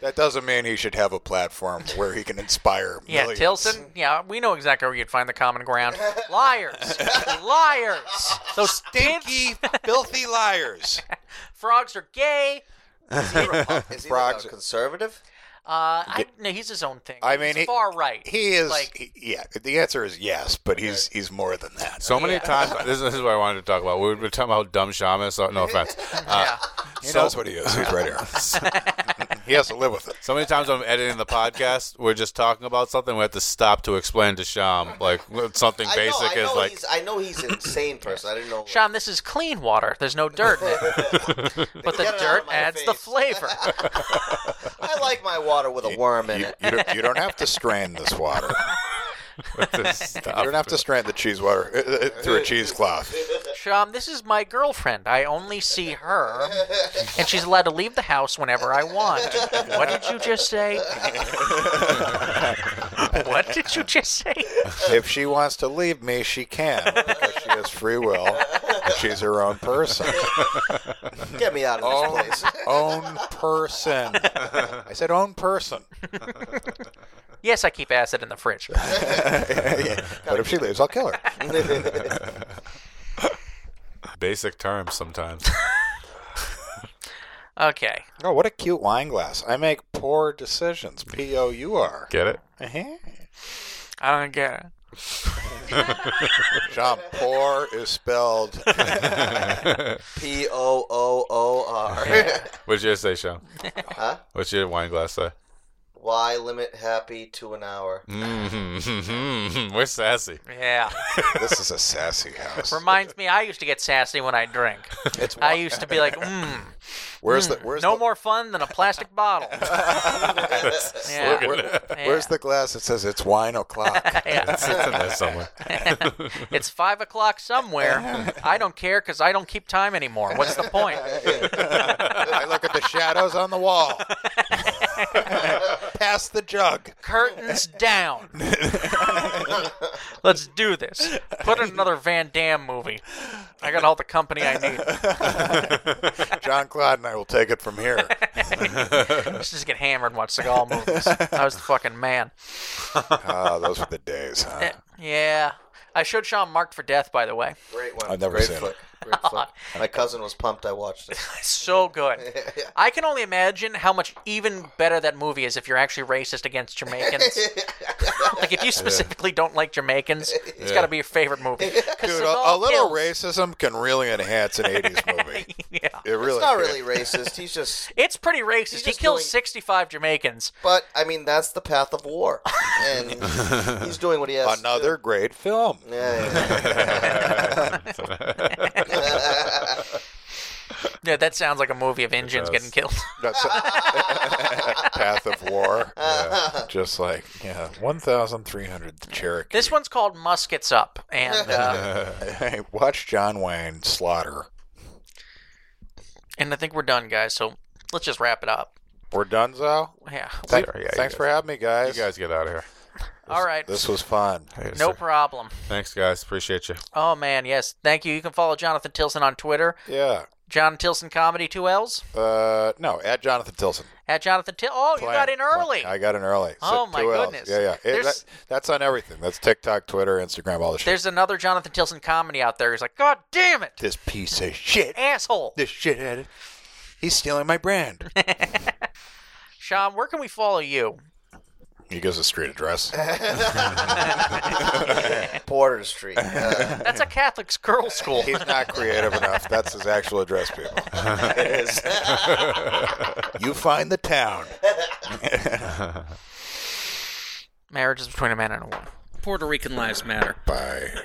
Speaker 2: That doesn't mean he should have a platform where he can inspire.
Speaker 1: [LAUGHS] Yeah,
Speaker 2: millions.
Speaker 1: Tilson. Yeah, we know exactly where you'd find the common
Speaker 2: [LAUGHS]
Speaker 1: ground. Liars, liars. Those stinky
Speaker 2: Stinky,
Speaker 1: [LAUGHS]
Speaker 2: filthy liars.
Speaker 1: frogs are gay.
Speaker 5: Is he
Speaker 2: Frogs-
Speaker 5: like a conservative?
Speaker 1: Uh, I, no, he's his own thing.
Speaker 2: I mean,
Speaker 1: he's
Speaker 2: he-
Speaker 1: far right.
Speaker 2: He is.
Speaker 1: Like-
Speaker 2: he- yeah, the answer is yes, but he's he's more than that.
Speaker 4: So many times. This, is- this is what I wanted to talk about. We were talking about dumb shamans. So, no [LAUGHS] offense. Uh,
Speaker 2: He knows what he is. He's right here. [LAUGHS] he has to live with it.
Speaker 4: So many times I'm editing the podcast, we're just talking about something. We have to stop to explain to Sham like what something
Speaker 5: I know,
Speaker 4: basic
Speaker 5: I know
Speaker 4: is like.
Speaker 5: he's, I know he's an insane person. I didn't know.
Speaker 1: Sean, this is clean water. There's no dirt in it, but the
Speaker 5: Get it out of
Speaker 1: dirt
Speaker 5: my
Speaker 1: adds the
Speaker 5: face.
Speaker 1: flavor.
Speaker 5: I like my water with a worm in
Speaker 2: You,
Speaker 5: it.
Speaker 2: you, don't, you don't have to strain this [LAUGHS] water. You
Speaker 4: [LAUGHS] stop.
Speaker 2: don't have to strain the cheese water uh, uh, through a [LAUGHS] cheesecloth.
Speaker 1: Sean, this is my girlfriend. I only see her, and she's allowed to leave the house whenever I want. What did you just say? what did you just say?
Speaker 2: If she wants to leave me, she can. Because she has free will. and She's her own person.
Speaker 5: Get me out of this
Speaker 2: Own,
Speaker 5: place.
Speaker 2: own person. I said own person. [LAUGHS]
Speaker 1: Yes, I keep acid in the fridge.
Speaker 2: But if she leaves, I'll kill her.
Speaker 5: [LAUGHS]
Speaker 4: Basic terms sometimes.
Speaker 1: Okay.
Speaker 2: Oh, what a cute wine glass. I make poor decisions. P O U R.
Speaker 4: Get it?
Speaker 2: Uh-huh.
Speaker 1: I don't get it.
Speaker 2: John, poor is [LAUGHS] spelled
Speaker 5: P O O O R.
Speaker 2: [LAUGHS]
Speaker 4: What'd you say, Sham?
Speaker 5: Huh?
Speaker 4: What's your wine glass say?
Speaker 5: Why limit happy to an hour?
Speaker 4: Mm-hmm. [LAUGHS] We're sassy.
Speaker 1: Yeah.
Speaker 2: This is a sassy house.
Speaker 1: Reminds me, I used to get sassy when I drink.
Speaker 2: It's
Speaker 1: I used to be like, mm,
Speaker 2: Where's the where's
Speaker 1: no
Speaker 2: the,
Speaker 1: more fun than a plastic bottle. yeah.
Speaker 2: Where-
Speaker 1: Yeah.
Speaker 2: Where's the glass that says it's wine o'clock?
Speaker 1: [LAUGHS] Yeah.
Speaker 4: It's in there
Speaker 5: [LAUGHS]
Speaker 4: somewhere. [LAUGHS]
Speaker 1: It's five o'clock somewhere. I don't care because I don't keep time anymore. What's the point?
Speaker 2: I look at the shadows on the wall. Past the jug.
Speaker 1: Curtains down. Let's do this. Put in another Van Damme movie. I got all the company I need.
Speaker 2: John Claude and I will take it from here.
Speaker 1: Let's just get hammered and watch Seagal movies. I was the fucking man.
Speaker 2: Ah, those were the days, huh?
Speaker 1: Yeah. I showed Sean Marked for Death, by the way.
Speaker 5: [LAUGHS]
Speaker 1: [LAUGHS]
Speaker 5: Great one.
Speaker 2: I've never
Speaker 5: Great
Speaker 2: seen it.
Speaker 5: flick. Great
Speaker 2: [LAUGHS]
Speaker 5: flick. My cousin was pumped. I watched it.
Speaker 1: It's so good. I can only imagine how much even better that movie is if you're actually racist against
Speaker 5: [LAUGHS]
Speaker 1: Jamaicans. [LAUGHS] like if you specifically don't like Jamaicans, it's got to be your favorite movie. 'Cause
Speaker 2: Dude,
Speaker 1: it
Speaker 2: a, a
Speaker 1: all
Speaker 2: little
Speaker 1: kills.
Speaker 2: racism can really enhance an '80s movie.
Speaker 1: [LAUGHS] yeah.
Speaker 2: It really.
Speaker 5: It's not
Speaker 2: can.
Speaker 5: really racist. He's just.
Speaker 1: It's pretty racist. He
Speaker 5: just
Speaker 1: kills
Speaker 5: doing-
Speaker 1: 65 Jamaicans.
Speaker 5: But I mean, that's the path of war, and he's doing what he has. to do.
Speaker 2: Another great film.
Speaker 5: Yeah, yeah, yeah.
Speaker 1: Yeah, that sounds like a movie of Indians
Speaker 4: does.
Speaker 1: getting killed. [LAUGHS]
Speaker 2: That's [LAUGHS] Path of War. Yeah. Just like yeah, one thousand three hundred Cherokee.
Speaker 1: This one's called Muskets Up,
Speaker 2: [LAUGHS]
Speaker 1: and uh,
Speaker 2: Hey, watch John Wayne slaughter.
Speaker 1: and I think we're done, guys. So let's just wrap it up.
Speaker 2: We're done, Zoe.
Speaker 1: Yeah.
Speaker 2: Thank-
Speaker 4: Sorry, yeah, you
Speaker 2: thanks
Speaker 4: guys-
Speaker 2: for having me, guys.
Speaker 4: You guys get out of here.
Speaker 1: All right.
Speaker 2: This was fun.
Speaker 4: Yes,
Speaker 1: No
Speaker 4: sir.
Speaker 1: problem.
Speaker 4: Thanks, guys. Appreciate you.
Speaker 1: Oh man, yes. Thank you. You can follow Jonathan Tilson on Twitter.
Speaker 2: Yeah.
Speaker 1: John Tilson Comedy, two L's.
Speaker 2: Uh, no, at Jonathan Tilson.
Speaker 1: At Jonathan Til. Oh, you got in early.
Speaker 2: I got in early.
Speaker 1: Oh, my
Speaker 2: two L's.
Speaker 1: goodness.
Speaker 2: Yeah, yeah. It-
Speaker 1: There's-
Speaker 2: that- that's on everything. That's TikTok, Twitter, Instagram, all the shit.
Speaker 1: There's another Jonathan Tilson comedy out there. He's like, God damn it,
Speaker 2: This piece of shit.
Speaker 1: asshole.
Speaker 2: This shithead. He's stealing my brand.
Speaker 1: [LAUGHS] Sean, where can we follow you?
Speaker 2: he gives a street address.
Speaker 5: [LAUGHS]
Speaker 2: [LAUGHS]
Speaker 5: Porter Street. Uh,
Speaker 1: That's a Catholic girls' school.
Speaker 2: He's not creative enough. That's his actual
Speaker 1: [LAUGHS]
Speaker 2: address, people.
Speaker 5: it is.
Speaker 2: [LAUGHS] You find the town.
Speaker 1: Marriage is between a man and a woman. ah,
Speaker 8: Puerto Rican lives matter.
Speaker 2: Bye.